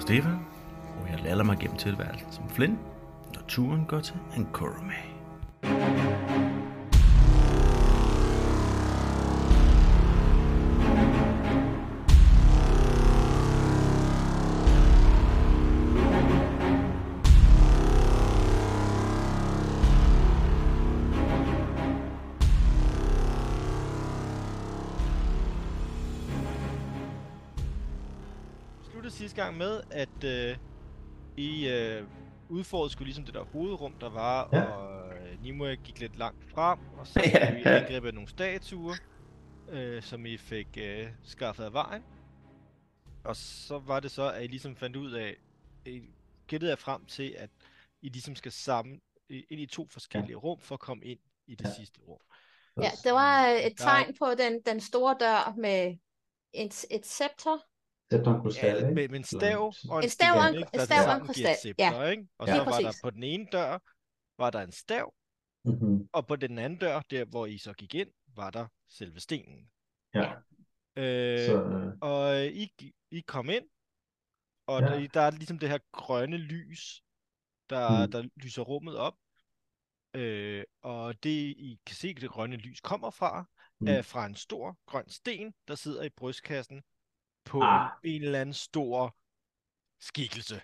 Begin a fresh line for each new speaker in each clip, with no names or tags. Stefan, og jeg lader mig gennem tilværelsen som Flynn, når turen går til Ankorome.
sluttede sidste gang med, at øh, I øh, udfordrede skulle ligesom det der hovedrum, der var, ja.
Ja.
og øh, Nimue gik lidt langt frem, og så
Ja,
blev I
ja.
angrebet af nogle statuer, øh, som I fik øh, skaffet af vejen. Og så var det så, at I ligesom fandt ud af, I gættede jer frem til, at I ligesom skal sammen i- ind i to forskellige ja. rum for at komme ind i det ja.
Ja.
sidste rum.
Ja,
Ja, det var øh, et
Der er-
tegn på den, den store dør med et, et scepter.
Sæt en
Ja,
krystal, ikke?
med, med en stav
Sådan.
og en,
En stav og en-
ikke?
en
Der
stav og
tilsammen giver
en
et
krystal,
scepter, ikke? Og
Ja.
så
Lige
var der
præcis.
på den ene dør, var der en stav,
Mhm.
og på den anden dør, der hvor I så gik ind, var der selve stenen.
Ja,
Øh,
så øh,
Og øh, I, gi- I kom ind, og
Ja.
ja. der er ligesom det her grønne lys, der,
Mm.
der lyser rummet op. Øh, og det, I kan se, det grønne lys kommer fra,
Mm.
er fra en stor grøn sten, der sidder i brystkassen på
Ah.
en, en eller anden stor skikkelse.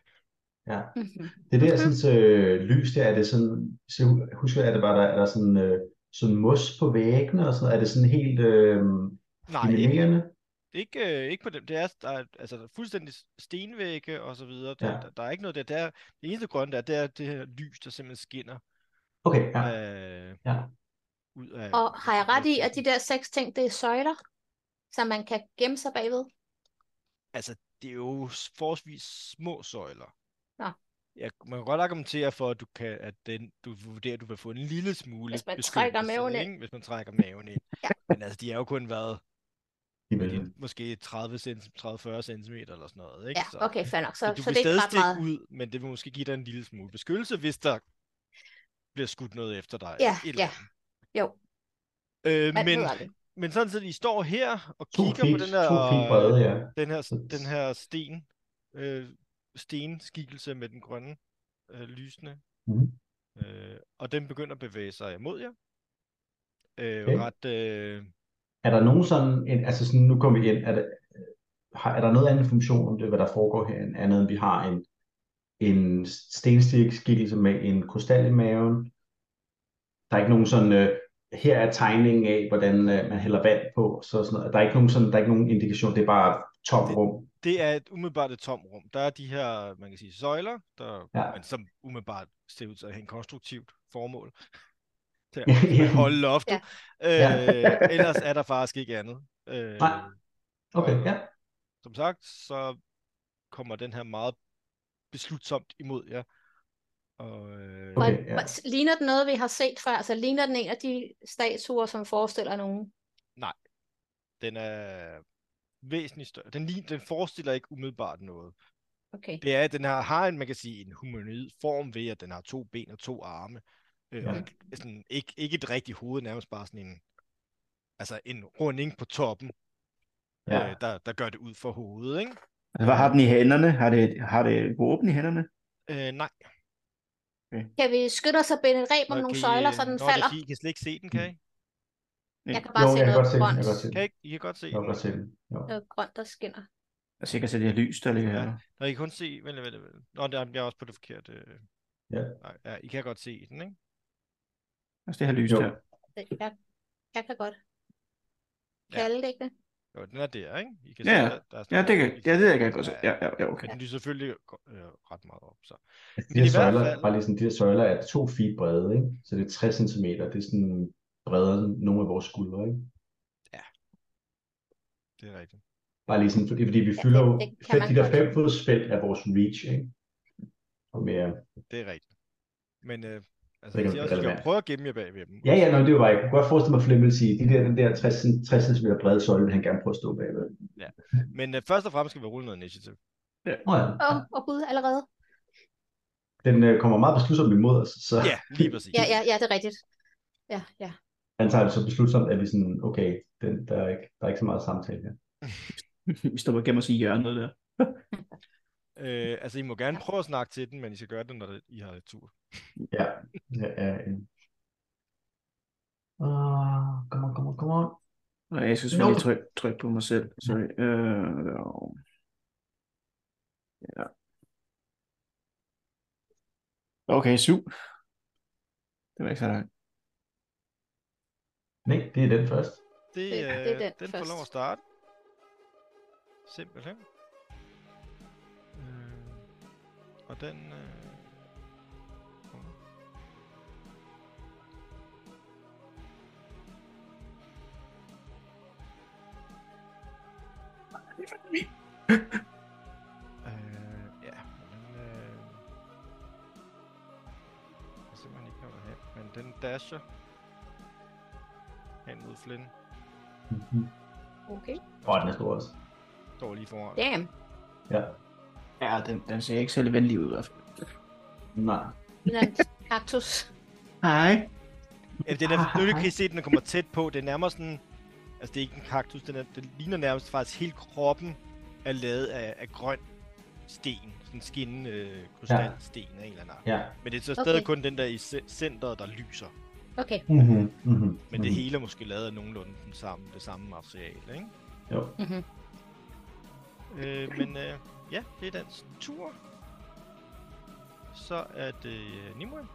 ja.
Mm-hmm.
Det der sådan, øh, lys der, er det sådan, så husker jeg, at det var der, er der sådan, øh, sådan mos på væggene og sådan noget? Er det sådan helt øh,
Nej, ikke,
dominerende?
ikke, øh, ikke på dem. Det er, der er, altså, der er fuldstændig stenvægge og så videre. Der,
Ja.
der, der er ikke noget der. der det eneste grønne der, det er det her lys, der simpelthen skinner
Okay, ja.
øh,
Ja.
ud af...
Og har jeg ret i, at de der seks ting, det er søjler, som man kan gemme sig bagved?
Altså, det er jo s- forholdsvis små søjler.
Nå.
Jeg, man kan godt argumentere for, at du, kan, at den, du vurderer, at du vil få en lille smule
Hvis man trækker
beskyttelse,
maven ind.
ikke? Hvis man trækker maven ind.
Ja.
Men altså, de har jo kun været
De
hvad
vil.
er det, måske 30 cm, 30-40 cm eller sådan noget. Ikke?
Ja, okay, fair nok. Så,
Så, du
så
vil
det er
stadig
ikke ret
stikke
meget.
ud, men det vil måske give dig en lille smule beskyttelse, hvis der bliver skudt noget efter dig.
Ja,
eller et eller
ja.
andet.
Jo,
Øh,
man
men,
ved aldrig.
men sådan set, I står her og
To
kigger
feet,
på den her... øh,
to feet brede, ja.
den her,
Så-
den her sten, øh, stenskikkelse med den grønne øh, lysende,
Mhm.
øh, og den begynder at bevæge sig imod jer. Øh,
Okay.
Ret, øh,
Er der nogen sådan, en, altså sådan, nu kommer vi ind, er der, har, er der noget anden funktion om det, hvad der foregår herinde, andet end vi har en, en stenstikkelse med en krystal i maven? Der er ikke nogen sådan, øh, her er tegningen af, hvordan øh, man hælder vand på, så sådan noget. Der er ikke nogen sådan, der er ikke nogen indikation, det er bare tomt rum.
det er et umiddelbart et tom rum. Der er de her, man kan sige, søjler, der,
Ja.
men som umiddelbart ser ud til at have en konstruktivt formål.
Ja.
At holde loftet.
Ja.
Øh,
Ja.
ellers er der faktisk ikke andet. Øh,
Nej. Okay, ja.
som sagt, så kommer den her meget beslutsomt imod jer. Og, øh,
Okay,
Og-
ja.
og s- Ligner den noget, vi har set før? Altså ligner den en af de statuer, som forestiller nogen?
den er væsentligt større. Den, lign- den forestiller ikke umiddelbart noget.
Okay.
Det er, at den har, har en, man kan sige, en humanoid form ved, at den har to ben og to arme. Øh, ja.
Ja.
sådan, ikke, ikke et rigtigt hoved, nærmest bare sådan en, altså en runding på toppen,
Ja.
øh, der, der gør det ud for hovedet. Ikke?
Altså, hvad har den i hænderne? Har det, har det våben i hænderne?
Øh, nej,
Kan vi skynde os og binde et reb om
Nå,
nogle
kan I,
søjler,
øh,
så den
nå, det er
falder?
fordi, I kan slet ikke se den, kan I?
Jeg kan
Jo,
bare se
jeg kan godt
noget
se den, jeg kan
grønt.
godt se den,
Kan I, ikke? I kan godt se
jeg kan
den.
godt se den. Jo.
Noget grønt, der skinner.
Altså, jeg kan se det her lys, der ligger
Ja.
her.
Nå, I kan kun se... Vent, vent, vent. Nå, der, jeg er også på det forkerte... øh.
Ja.
Nej, ja, I kan godt se den, ikke?
Altså, det her lys
Jo.
der.
Det- Jeg, jeg kan godt
Ja.
kalde det, ikke det?
Jo, den er der, ikke? I kan
Ja,
der, der er
Ja, det kan, ja, det kan jeg godt se. Ja,
Ja,
ja, ja okay.
Men den lyser selvfølgelig øh, ret meget op, så...
Altså,
Men i
de her
hvert
søjler,
fald-
bare lige sådan, de her søjler er to feet brede, ikke? Så det er 60 cm. Det er sådan bredere end nogle af vores skuldre, ikke?
Det er rigtigt.
Bare lige sådan, fordi fordi vi fylder jo
det kan man
de der
godt.
fem fods felt af vores reach, ikke? Og mere.
Det er rigtigt. Men øh, altså, jeg
Det
siger
kan være
også, at jeg
relevant.
prøver at gemme jer bag ved dem.
Ja, ja, nå, det var bare, jeg kunne godt forestille mig, at Flemming ville sige, de der, den der 60, cent- 60 cm brede søjle, vil han gerne prøve at stå bagved.
Men øh, først og fremmest skal vi rulle noget initiativ.
Nå ja,
Åh, oh, oh, gud, allerede.
den øh, kommer meget beslutsomt imod os, så
Ja, lige præcis.
Ja, ja, ja, det er rigtigt. Ja, ja.
han tager det så beslutsomt, at vi sådan, okay, den, der, er ikke, der er ikke så meget samtale her.
Vi står bare og gemmer os i hjørnet der.
Øh, altså, I må gerne prøve at snakke til den, men I skal gøre det, når I har tur.
Ja, ja, ja. ja. Uh, come on, come on, come on.
Og jeg skal
Nå.
selvfølgelig lige trykke tryk på mig selv. Sorry. Øh, og- ja. Okay, syv. Det var ikke så langt.
Nej, det er den først.
Det,
Det-
øh,
det er den
den får lov
først.
at starte. Simpelthen. Øh, og den... Øh, kommer. Øh, ja, men den... Øh, jeg ved simpelthen ikke, hvor den er, men den dasher hen mod Flynn.
Mhm.
Okay.
Og den er stor også.
Står lige foran.
Damn.
Ja.
Ja, den, den ser ikke særlig venlig ud i hvert fald.
Nej.
Den er en kaktus.
Hej.
Ja, den er, nu kan I se, at den kommer tæt på. Det er nærmere sådan... Altså, det er ikke en kaktus. Den, er, den ligner nærmest faktisk hele kroppen er lavet af, af grøn sten. Sådan skinnende øh, krystalsten af en eller anden art.
Ja.
Men det er så
Okay.
stadig kun den der i ce- centret, der lyser.
Okay.
Mm-hmm. Mm-hmm.
Men det hele er måske lavet af nogenlunde den samme, det samme materiale, ikke?
Jo.
Mm-hmm.
Øh, men øh, ja, det er dens tur. Så er det øh, Nimue.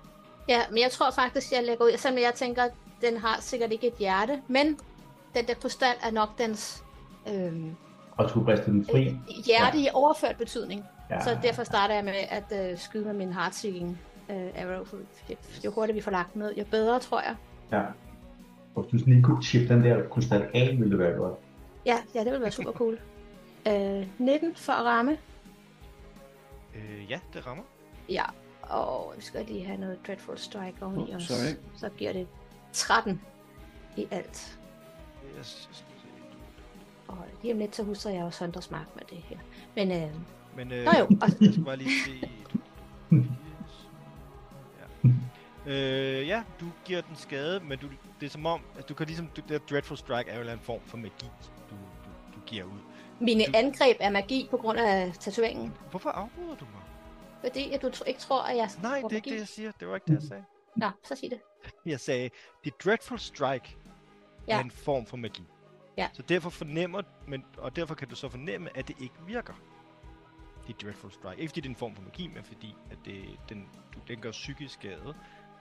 Ja, men jeg tror faktisk, jeg lægger ud, selvom jeg tænker, at den har sikkert ikke et hjerte, men den der krystal er nok dens øhm,
Og skulle briste den fri.
øh, hjerte i overført betydning.
Ja.
Så derfor starter jeg med at øh, skyde med min heartseeking øh, arrow. for Jo, jo hurtigere vi får lagt ned, jo bedre, tror jeg.
Ja. Og hvis du sådan lige kunne chippe den der krystal af, ville det være godt.
Ja, ja det ville være super cool. øh, 19 for at ramme.
Øh, ja, det rammer.
Ja, og vi skal lige have noget Dreadful Strike oven i
Oh,
os.
sorry.
Så giver det 13 i alt.
Yes, yes, yes.
Og lige om lidt, så husker jeg også Hunters Mark med det her. Men øh,
Men øh,
Nå jo, og-
jeg skal bare lige se... Ja. Øh, ja, du giver den skade, men du, det er som om, at du kan ligesom, du, det der Dreadful Strike er jo en eller anden form for magi, du, du, du giver ud.
mine
Du-
angreb er magi på grund af tatoveringen.
Hvorfor afbryder du mig?
Fordi at du tr- ikke tror, at jeg
Nej,
bruger
det er ikke det,
magi.
jeg siger. Det var ikke det, jeg sagde.
Nå, så sig det.
Jeg sagde, det Dreadful Strike ja. er
Ja.
en form for magi.
Ja.
Så derfor fornemmer, men, og derfor kan du så fornemme, at det ikke virker. Det Dreadful Strike. Ikke fordi det er en form for magi, men fordi at det, den, du, den gør psykisk skade,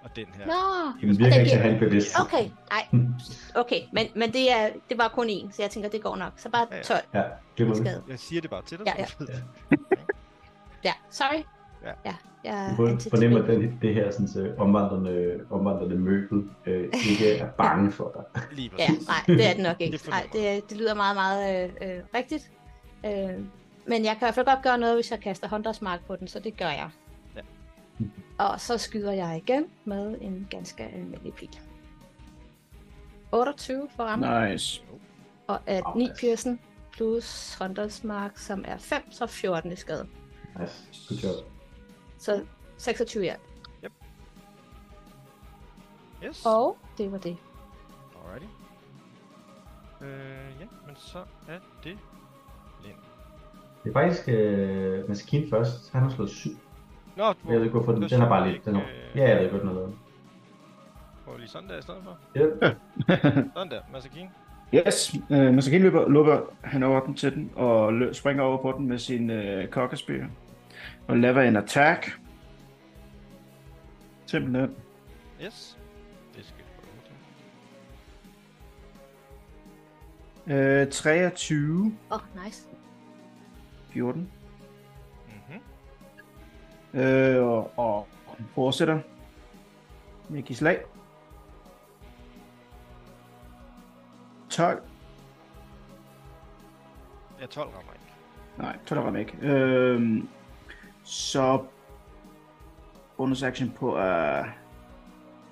og den her...
Nå,
Den virker
Den
ikke til at
giver-
have en bevidst.
okay. Nej,
Mm.
okay. Men, men det, er, det var kun én, så jeg tænker, det går nok. Så bare
Ja, ja.
12
Ja, det var det.
skade.
Jeg siger det bare til dig.
Ja,
så du ved
ja.
det.
Ja, sorry.
Ja.
ja jeg
Du
er
for- fornemmer, at
antitatovering.
den, det her sådan, så omvandrende, omvandrende møbel øh, ikke er bange for dig.
Lige
Ja,
præcis.
nej, det er det nok ikke.
Det
Det,
fornemmer
nej, det, det lyder meget, meget øh, øh, rigtigt. Øh, men jeg kan i hvert fald godt gøre noget, hvis jeg kaster Hunters Mark på den, så det gør jeg.
Ja.
Og så skyder jeg igen med en ganske almindelig pil. 28 for ramme,
Nice.
og at 9
Nice.
piercing plus Hunters Mark, som er 5, så 14 i skade.
Nice. Good job.
Så 26 i alt.
Yes,
Og det var det.
alrighty. Øh, ja, men så er det Lind.
Det er faktisk øh, Maskin først. Han har slået syv.
Nå, du
Jeg ved ikke, hvorfor den,
du
den har bare
syg,
lidt. Den har,
ikke, øh,
ja, jeg ved ikke, hvad den har lavet.
Prøv lige sådan der i stedet for.
Yep.
Sådan der, Masakine.
Yes, øh, Masakin løber, løber han over den til den, og lø, springer over på den med sin øh, kokkespyr. Og laver en attack. Simpelthen.
Yes. Det skal du prøve til.
Øh, 23,
Åh, oh, nice.
14.
Mhm.
Øh, og, og fortsætter med at give slag. 12.
Ja, 12 rammer ikke.
Nej, 12 rammer ikke. Øh, så bonus action på at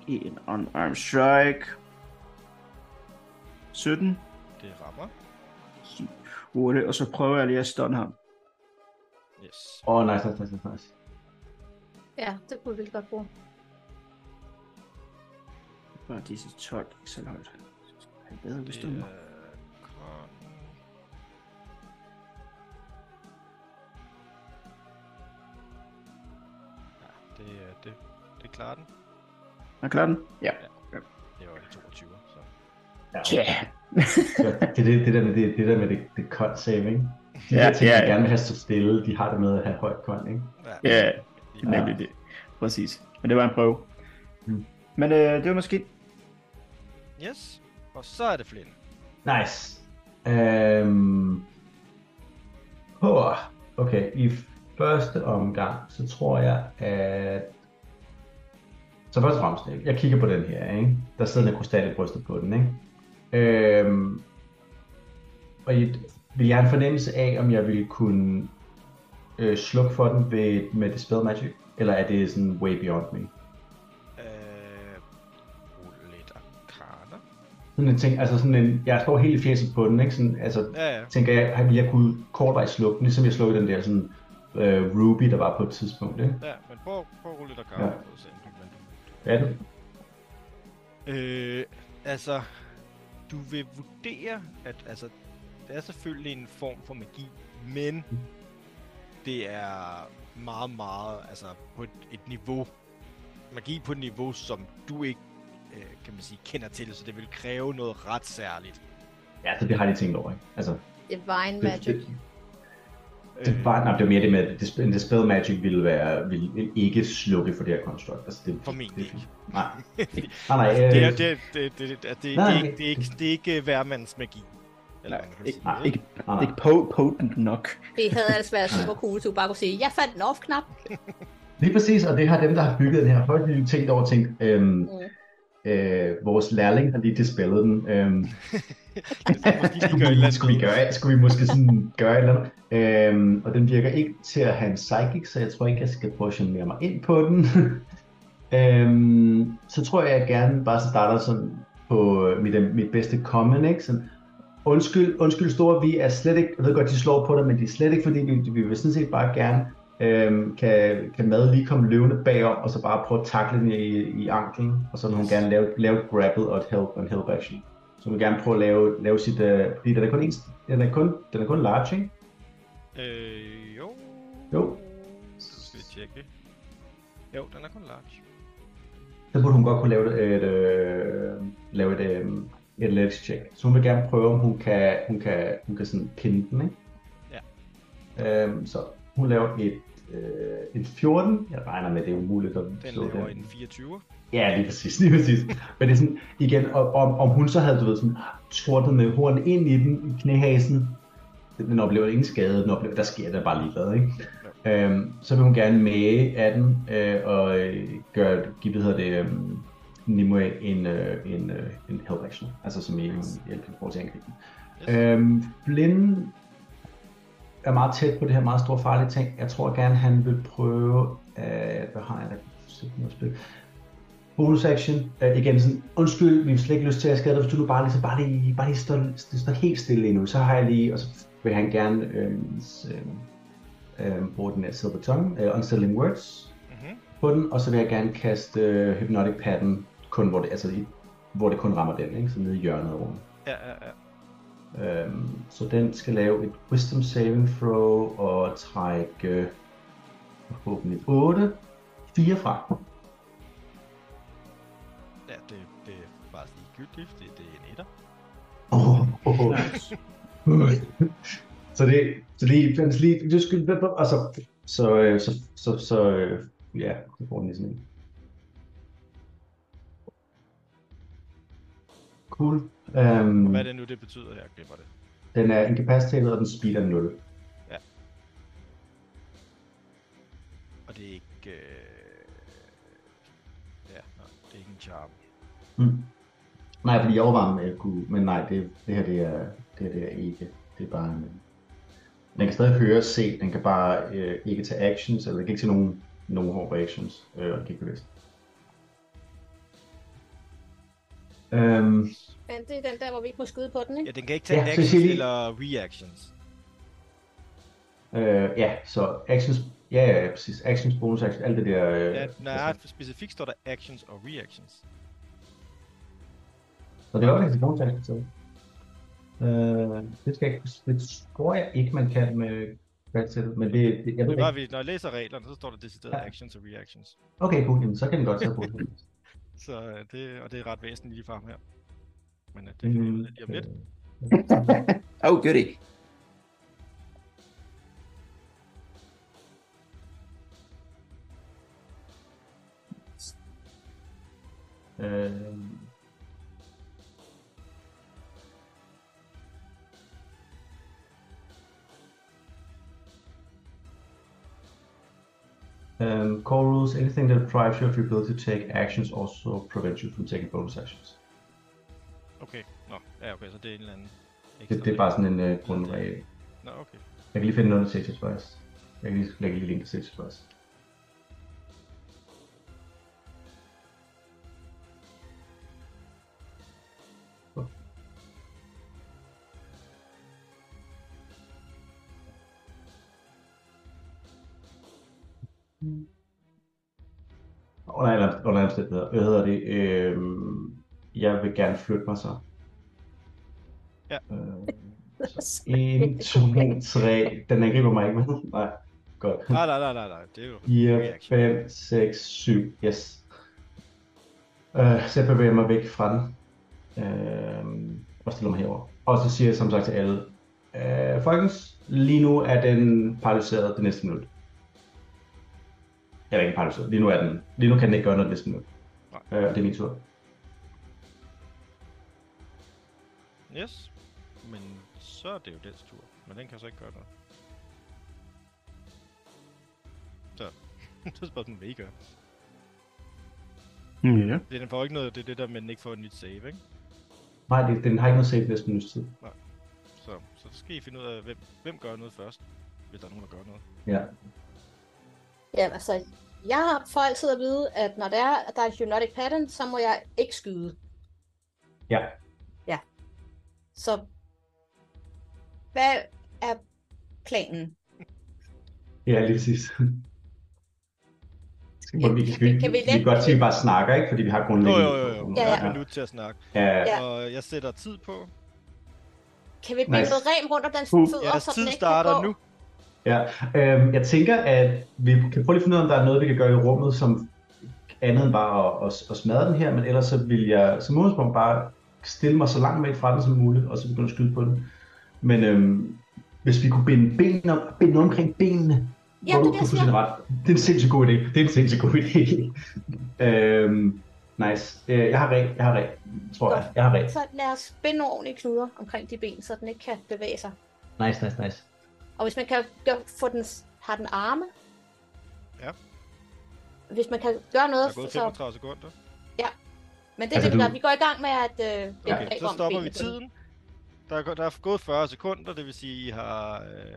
give en unarmed strike. 17.
Det rammer.
8. Og så prøver jeg lige at stunne ham.
Yes.
Åh, oh, nice, nice, nice, nice, nice.
Ja, det kunne vi virkelig godt bruge.
Bare disse 12. Ikke så højt. Jeg er bedre, hvis
Det
du
er... Con... det, det klarer den.
Er klar den? Ja.
Det var en 22, så...
Ja.
Det, det, det, det, der med det, det der med det, det con saving. De
Ja,
der ting,
ja,
der
ja.
gerne vil have stå stille, de har det med at have højt con, ikke?
Ja,
lige
Det
nu.
er nemlig det. Præcis. Men det var en prøve.
Mm.
Men øh, det var måske...
Yes, og så er det Flynn.
Nice. Øhm... Oh, okay, i første omgang, så tror jeg, at... Så først og fremmest, ikke? jeg kigger på den her, ikke? Der sidder en krystal i brystet på den, ikke? Øhm... Og i et- vil jeg have en fornemmelse af, om jeg ville kunne øh, slukke for den ved, med det spell magic? Eller er det sådan way beyond me?
Øh, rul lidt arcana.
Sådan en ting, altså sådan en, jeg står helt i fjeset på den, ikke? Sådan, altså,
Ja, ja.
tænker jeg, at jeg kunne kortvejs slukke den, ligesom jeg slukkede den der sådan, øh, Ruby, der var på et tidspunkt. Ikke?
Ja, men prøv, prøv at rulle lidt arcana.
Ja.
Ja. Se, om du kan-
Hvad er det?
Øh, altså, du vil vurdere, at altså, det er selvfølgelig en form for magi, men det er meget, meget, altså på et, et niveau, magi på et niveau, som du ikke, øh, kan man sige, kender til, så det vil kræve noget ret særligt.
Ja, så det har jeg lige tænkt over, ikke? Altså,
Divine
det,
Magic.
det, det, var, nej, det var mere det med, at det, det spell magic ville, være, ville ikke slukke for det her construct. Altså, det,
Formentlig
det,
ikke.
Nej, nej, nej, øh,
Altså, Det er, det, er- det, det, det, det, det,
Nej,
er ikke-
okay.
det, er ikke- det er ikke hvermands magi. Eller,
Nej,
hvad man
ikke,
kan sige,
Ah, ikke,
nej, nej.
ikke po- potent nok.
Det havde altså været super cool, hvis du bare kunne sige, jeg fandt en off-knap.
Lige præcis, og det har dem, der har bygget den her, folk har jo tænkt over og tænkt, øhm,
Mm.
øh, vores lærling har lige dispellet den. Øhm,
Måske lige
skulle,
gøre et eller
vi,
andet
skulle, vi
med.
gøre, skulle vi måske sådan gøre et eller andet? Øhm, og den virker ikke til at have en psychic, så jeg tror ikke, jeg skal prøve at genere mig ind på den. øhm, så tror jeg, at jeg gerne bare starter sådan på øh, mit, øh, mit bedste common, ikke? Sådan, undskyld, undskyld store, vi er slet ikke, jeg ved godt, de slår på dig, men det er slet ikke, fordi vi, vi vil sådan set bare gerne Øhm, kan, kan mad lige komme løvende bagom, og så bare prøve at takle den i, i anklen, og så vil hun gerne lave, lave et grapple og et help, og en help action. Så hun vil gerne prøve at lave, lave sit... Øh, fordi den er kun, en, den er kun, den er kun large, ikke?
Øh, jo.
Jo.
Så skal vi tjekke det. Jo, den er kun large.
Så burde hun godt kunne lave et, et, øh, lave et, øh, et athletics check. Så hun vil gerne prøve, om hun kan, hun kan, hun kan sådan pinde den, ikke? Ja. Øhm, så hun laver et, øh, en 14. Jeg regner med, at det er umuligt at
Den
slå
laver en 24.
Ja, lige præcis, lige præcis. Men det er sådan, igen, og- om, om hun så havde, du ved, sådan, tortet med horn ind i den, i knæhasen, den oplever ingen skade, den oplever, der sker der bare ligeglad, ikke? Øhm, så vil hun gerne mage af den, øh, og øh, gøre, give, hvad hedder det, øh, Nimue en, øh, en, øh, en help action, altså som i hun hjælper for til angriben.
Yes.
Øhm, Flynn er meget tæt på det her meget store farlige ting. Jeg tror gerne, han vil prøve... Øh, hvad har jeg der? Sæt noget spil. Bonus action. Øh, igen sådan, undskyld, vi har slet ikke lyst til at skade dig, hvis du nu bare lige, så bare lige, bare lige står, står helt stille endnu. Så har jeg lige... Og så vil han gerne øh, s- øh, øh, bruge den her silver tongue, øh, unsettling words
Mhm.
på den, og så vil jeg gerne kaste øh, hypnotic pattern, kun hvor det, altså, i, hvor det kun rammer den, ikke? så nede i hjørnet af rummet.
Ja, ja, ja.
Øhm, så den skal lave et Wisdom Saving Throw og trække øh, forhåbentlig 8, 4 fra.
ja det, det er bare sådan ligegyldigt. Det, det er en etter.
Mm. Oh, oh, oh. så det, så lige, den lige, du skal, og så, så, øh, så, så, så, øh, ja, så får den lige sådan en. Cool. Øhm,
Hvad er det nu, det betyder? Jeg glemmer det.
den er incapacitated, og den speeder 0.
Og det er ikke... Øh... Ja, nej, det er ikke en charm.
Mm. Nej, fordi jeg overvejede, om jeg kunne, men nej, det, det her det er, det her, det er ikke. Det er bare en... Den kan stadig høre og se, den kan bare øh, ikke tage actions, eller den kan ikke tage nogen, nogen hårde reactions, øh, og den kan ikke bevidst. Øhm,
Men det er den der, hvor vi ikke må skyde på den,
Ja,
ikke?
den kan ikke tage
Ja, så
ja, actions
siger vi-
eller reactions.
øh, ja, så actions, ja, ja, ja, præcis, actions, bonus actions, alt det der, øh,
Ja, nej,
altså,
specifikt står der actions og reactions.
så det var faktisk bonus actions, så. Øh, det skal jeg, ikke- det tror jeg ikke, man kan med fast til det, men det, det jeg ved
Det er bare,
ikke.
vi, når jeg læser reglerne, så står der decideret
Ja.
actions og reactions.
Okay, cool, jamen, så kan den godt tage på.
Så øh, det, og det er ret væsentligt lige frem her. Men øh, det
Mm-hmm.
finder vi ud af lige om lidt.
Oh, goody.
Øh, Um, core rules, anything that deprives you of your ability to take actions also prevents you from taking bonus actions.
Okay, nå, ja okay, så det er en eller anden...
Det, det er bare sådan en uh, grundregel.
Nå, okay.
Jeg kan lige finde noget, der safety advice. Jeg kan lige lægge lige link til safety advice. Under alle, under alle omstændigheder. Hvad hedder det? Øhm, jeg vil gerne flytte mig så.
Ja.
Øh, så 1, 2, 3. Den angriber mig ikke, vel? Nej. Godt.
Nej, nej, nej, nej, nej, det er jo...
4,
reaction.
5, 6, 7. Yes. Øh, så jeg bevæger mig væk fra den. Øh, og stiller mig herover. Og så siger jeg som sagt til alle, øh, folkens, lige nu er den paralyseret det næste minut. Jeg er ikke paralyseret. Lige nu, er den, lige nu kan den ikke gøre noget det næste minut. Øh, og det er min tur.
Yes. Men så er det jo dens tur. Men den kan så ikke gøre noget. Så. så er spørgsmålet, hvad I gør.
Hmm, Ja.
Det, den får ikke noget, det er det der, men den ikke får et nyt save, ikke?
Nej, det, den har ikke noget save næsten minuts tid.
Så, så skal I finde ud af, hvem, hvem gør noget først. Hvis der er nogen, der gør noget.
Ja.
Ja, altså, jeg har for altid at vide, at når der er, at der er et hypnotic pattern, så må jeg ikke skyde.
Ja.
Ja. Så, hvad er planen?
Ja, lige præcis.
Skal,
Vi, vi, vi, vi kan godt sige, at vi bare snakker, ikke? Fordi vi har
Jo,
grundlæggende...
jo, jo, jo.
Ja,
Ja,
ja.
ja. Et minut til at snakke.
ja.
Ja.
Ja. Og jeg sætter tid på.
Kan vi binde
Nej.
noget rem rundt om den
Uh,
fødder,
Jeres
så den
tid
ikke
starter
kan gå?
nu.
Ja, øhm, jeg tænker, at vi kan prøve lige at finde ud af, om der er noget, vi kan gøre i rummet, som andet end bare at, at, at smadre den her, men ellers så vil jeg som udgangspunkt bare stille mig så langt væk fra den som muligt, og så begynde at skyde på den. Men øhm, hvis vi kunne binde, ben om, binde noget omkring benene,
Ja, det er
hvor
det,
du
jeg
du fuldstændig ret. Det er en sindssygt god idé. Det er en sindssygt god idé. øhm, nice. Øh, jeg har ret. Jeg har ret. Tror jeg. Jeg har ret.
Så lad os spænde nogle ordentlige knuder omkring de ben, så den ikke kan bevæge sig.
Nice, nice, nice.
Og hvis man kan gøre, få den, har den arme?
Ja.
Hvis man kan gøre
Der
noget,
er gået
så...
35 sekunder.
Men det er
Altså,
det, vi
du-
gør. Vi går i gang med at... Øh, vende
Okay,
rem
så
om
stopper vi
benet på den.
tiden. Der er, gå- der er gået 40 sekunder, det vil sige, I har... Øh,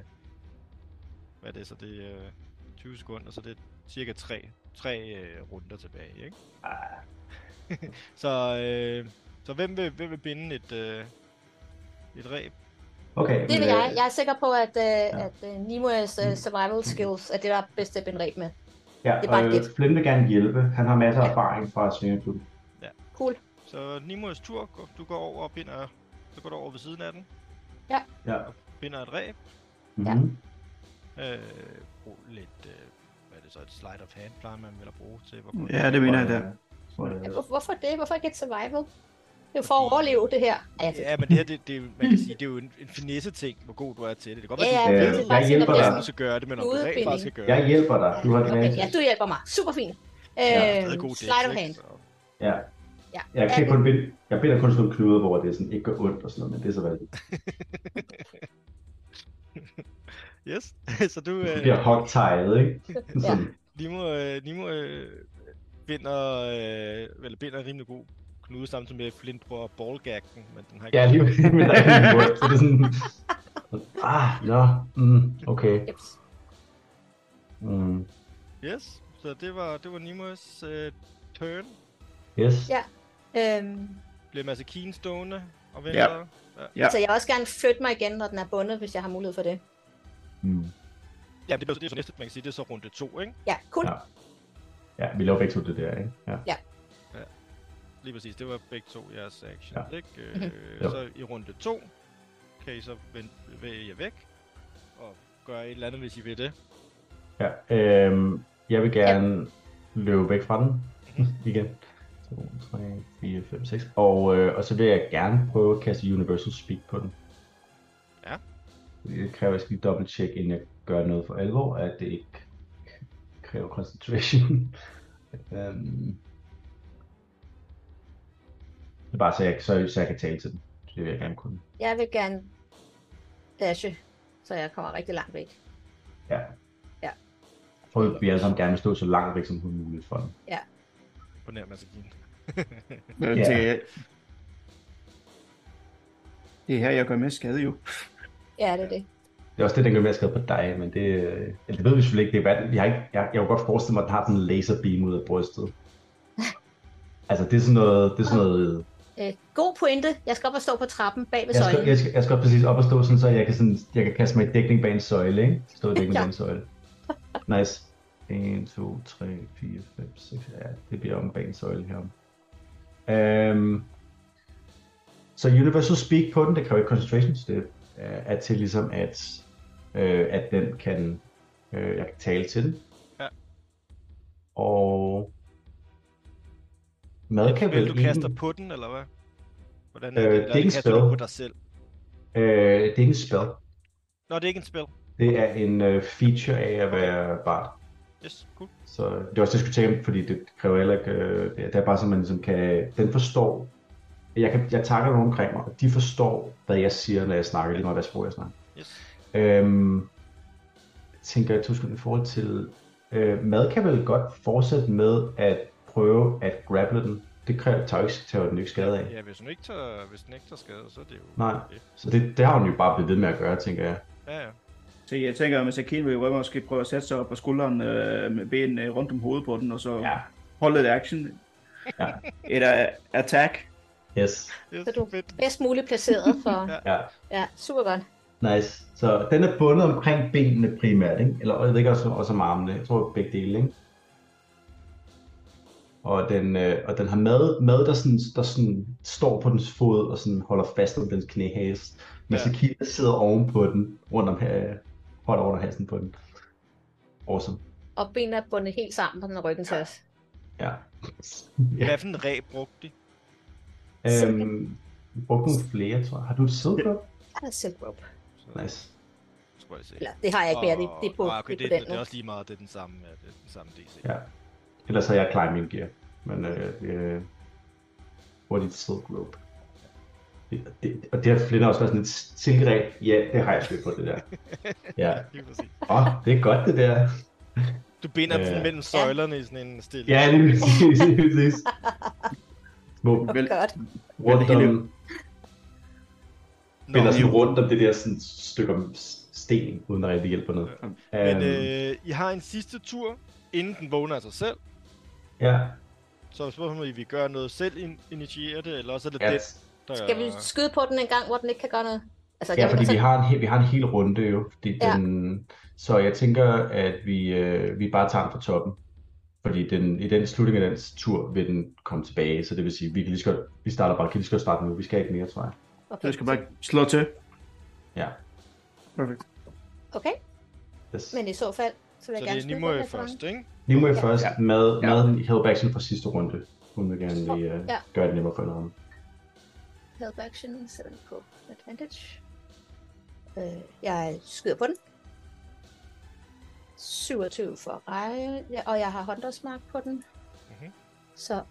hvad er det så? Det er øh, 20 sekunder, så det er cirka 3, 3 øh, runder tilbage, ikke? Så, øh, så hvem, vil, hvem vil binde et, øh, et ræb?
Okay.
Det vil jeg. Jeg er sikker på, at, øh,
Ja.
at øh, Nimue's øh, survival skills er det, der er bedst at binde reb med.
Ja,
Det er bare
og,
et
øh,
gæt.
Flynn vil gerne hjælpe. Han har masser af erfaring fra svingerklubben.
Cool.
Så Nimos tur, gå- du går over og binder... Så går du over ved siden af den,
Ja.
binder et ræb.
Mm-hmm.
Øh, brug lidt... Øh, hvad er det så? Et slide of hand plejer man vel at bruge til? Hvor
Ja, det mener jeg der.
Ja, hvor- Hvorfor det? Hvorfor ikke et survival? Det er jo for at overleve det her. Ej, jeg ved-
Ja, men det her, det, det, er jo- man kan sige, det er jo en, en finesse ting, hvor god du er til det. Det kan godt være,
Ja,
at du
ja,
Øh,
det
ved,
er
jeg
bare
hjælper
sikkert
dig.
at
bedst.
du skal gøre det, men om du rent
Udebinding.
faktisk skal gøre
Jeg
det,
hjælper dig. Du har det
Okay, ja, du hjælper mig. Super fint. Øh,
er stadig god til
slide of
det,
hand.
ikke? Så-
Ja.
Ja.
Jeg kan kun binde, jeg binder kun sådan nogle knuder, hvor det sådan ikke gør ondt og sådan noget, men det er så vel.
Yes, så du,
Det
øh,
bliver hårdt tejet, ikke? Sådan.
Nimo, øh, Nimo øh, binder, øh, eller binder en rimelig god knude samtidig med at Flint prøver at ballgag den, men den har ikke...
Ja, lige med der er ikke nogen mund, så det er sådan... Ah, nå, mm, okay.
Jeps.
Mm,
Yes, så det var, det var Nimos øh, turn.
yes.
Ja. Øhm,
Bliver en masse keen stående og
Ja.
venter.
Ja.
Så jeg vil også gerne flytte mig igen, når den er bundet, hvis jeg har mulighed for det.
Mm.
Ja, det, bliver så- det er så næste, man kan sige, det er så runde to, ikke?
Ja, cool.
Ja. Ja, vi laver begge to det der, ikke? Ja.
Lige præcis, det var begge to jeres actions, ja. ikke? Øh,
Mhm.
Jo.
Så i runde to kan I så vende, bevæge jer væk og gøre et eller andet, hvis I vil det.
Ja, øhm, jeg vil gerne løbe væk fra den igen. 2, 3, 4, 5, 6. Og, øh, og så vil jeg gerne prøve at kaste Universal Speak på den.
Ja.
Det kræver, at jeg skal lige dobbelt tjekke, inden jeg gør noget for alvor, at det ikke kræver concentration. øhm. Det er bare så jeg, så, så jeg kan tale til den. Det vil jeg gerne kunne.
Jeg vil gerne dashe, så jeg kommer rigtig langt væk.
Ja.
Ja.
Jeg tror, vi alle sammen gerne vil stå så langt væk som muligt for den.
På nær masakinen.
Øh,
Ja.
Det, det er her, jeg gør mest skade jo.
Ja, det er det.
Det er også det, den gør med at skrive på dig, men det, øh, eller det ved vi selvfølgelig ikke. Det er, vand- jeg, har ikke jeg, jeg kunne godt forestille mig, at den har sådan en laserbeam ud af brystet. altså, det er sådan noget... Det er sådan noget
Øh, god pointe. Jeg skal op og stå på trappen bag
jeg,
ved
skal,
søjlen.
jeg, skal, jeg skal præcis op og stå, sådan, så jeg kan, sådan, jeg kan kaste mig i dækning bag en søjle, ikke? Stå i dækning
Ja.
bag en søjle. Nice. 1, 2, 3, 4, 5, 6. Ja, det bliver om bag en søjle herom. Øhm, så Universal Speak på den, det kræver ikke concentration, så det øh, er til ligesom, at, øh, at den kan, øh, jeg kan tale til den.
Ja.
Og mad kan
Vil
vel
du kaster
egentlig-
på den, eller hvad? Hvordan
Øh,
er det?
det er
Eller
ikke en
kaster du
spell.
på dig selv?
Øh, det er ikke en spell.
Nå, det er ikke en spil.
Det er en øh, feature af at være bard.
Yes, cool.
Så det er også det, jeg skulle tænke, fordi det kræver heller ikke... Øh, det, det er bare sådan, man ligesom kan... Den forstår... Jeg, kan, jeg takker nogen omkring mig, og de forstår, hvad jeg siger, når jeg snakker, lige meget hvad sprog jeg snakker.
Yes.
Øhm, jeg tænker jeg to sekunder i forhold til... Øh, mad kan vel godt fortsætte med at prøve at grapple den. Det kræver, tager jo ikke, tager jo den jo ikke skade af.
Ja, hvis den ikke tager, hvis den ikke tager skade, så er det jo...
Nej.
det.
Så det, det har hun jo bare blevet ved med at gøre, tænker jeg.
Ja, ja.
Så jeg tænker, at Masakine vil jo måske prøve at sætte sig op på skulderen øh, med benene rundt om hovedet på den, og så ja. holde et action.
Ja.
Et uh, attack.
Yes.
Yes,
Så du-
fedt.
Bedst muligt placeret for...
Ja.
Ja.
ja, super godt.
Nice. Så den er bundet omkring benene primært, ikke? Eller og jeg ved ikke også, også om armene. Jeg tror begge dele, ikke? Og den, øh, og den har mad, mad der, sådan, der sådan står på dens fod og sådan holder fast om dens knæhæs. Men
Ja.
ja. Sakina sidder ovenpå den, rundt om, øh, holder under halsen på den. Awesome.
Og benene er bundet helt sammen på den og ryggen til os.
Ja.
Ja.
ja.
Hvad for en ræ brugte de?
Øhm, vi brugte nogle flere, tror jeg. Har du et silver?
Jeg har silk rope.
Så,
Nice.
så må jeg se.
Eller, det har jeg ikke mere. Det, det er på,
Ah, okay,
det er
det,
på
er-
den.
det, er
nu.
også lige meget, det er den samme, ja, det er den samme DC.
Ja. Ellers havde jeg climbing gear. Men øh, det er hurtigt silk rope. Det, det, og det har Flynn også været sådan lidt silkereg. Ja, det har jeg styr på det der. Ja.
Lige præcis.
Åh, oh, det er godt det der.
Du binder dem
Øh.
sådan mellem søjlerne i sådan en stilling.
Ja, lige præcis. Lige præcis. Små
Vel,
Godt.
rundt om,
Nå,
binder sådan rundt om det der sådan stykker s- sten, uden at rigtig hjælpe noget.
Men
Øhm,
øh, I har en sidste tur, inden den vågner af sig selv.
ja,
Så spørgsmålet er, om I vil gøre noget selv, in- initiere det, eller også er det
ja,
den, der...
Skal vi skyde på den en gang, hvor den ikke kan gøre noget? Altså,
ja,
jeg vil
fordi
godt
vi
selv-
har, en, hel- vi har en hel runde jo. Fordi
Ja.
den, så jeg tænker, at vi, øh, vi bare tager den fra toppen. Fordi den, i den slutning af dens tur vil den komme tilbage, så det vil sige, vi kan lige så godt, vi starter bare, kan lige så godt starte nu, vi skal ikke mere, tror jeg.
Okay.
så jeg skal bare slå til.
Ja.
Perfekt.
okay,
Yes.
men i så fald, så vil
Så
jeg
det
gerne
er
skyde
Nimue
den her
først, ikke?
Lige må jeg
Ja.
først
Ja.
med,
Ja.
med help action fra sidste runde. Hun vil gerne lige øh,
Ja.
gøre det nemmere for hende.
Help action, sætter den på advantage. Øh, jeg skyder på den. 27 for at række, ja, og jeg har Hunters Mark på den.
Mhm.
Mm-hmm. Så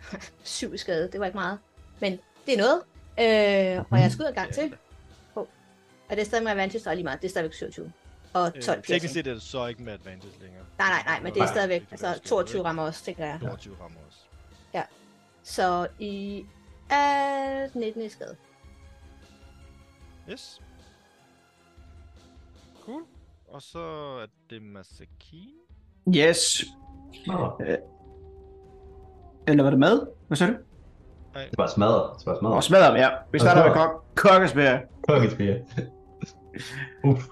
7 skade, det var ikke meget. Men det er noget. Øh, og jeg skyder en gang
Ja,
til. Oh. Og det er stadig med advantage, der er lige meget. Det er stadigvæk 27. Og 12
Øh,
piercing.
teknisk set er det så ikke med advantage længere.
Nej, nej, nej, men det er
Nej,
stadigvæk.
det kan være,
Altså
det skal
22
være.
rammer også, tænker jeg.
22 rammer også.
Så i alt 19 i skade.
Yes. Cool. Og så er det Masakine.
Yes.
Smadre.
Eller var det mad? Hvad sagde du?
Det var smadret. Det var smadret.
Og smadder, ja. Vi starter med kok. Kokkesbær.
Kokkespire. Uff.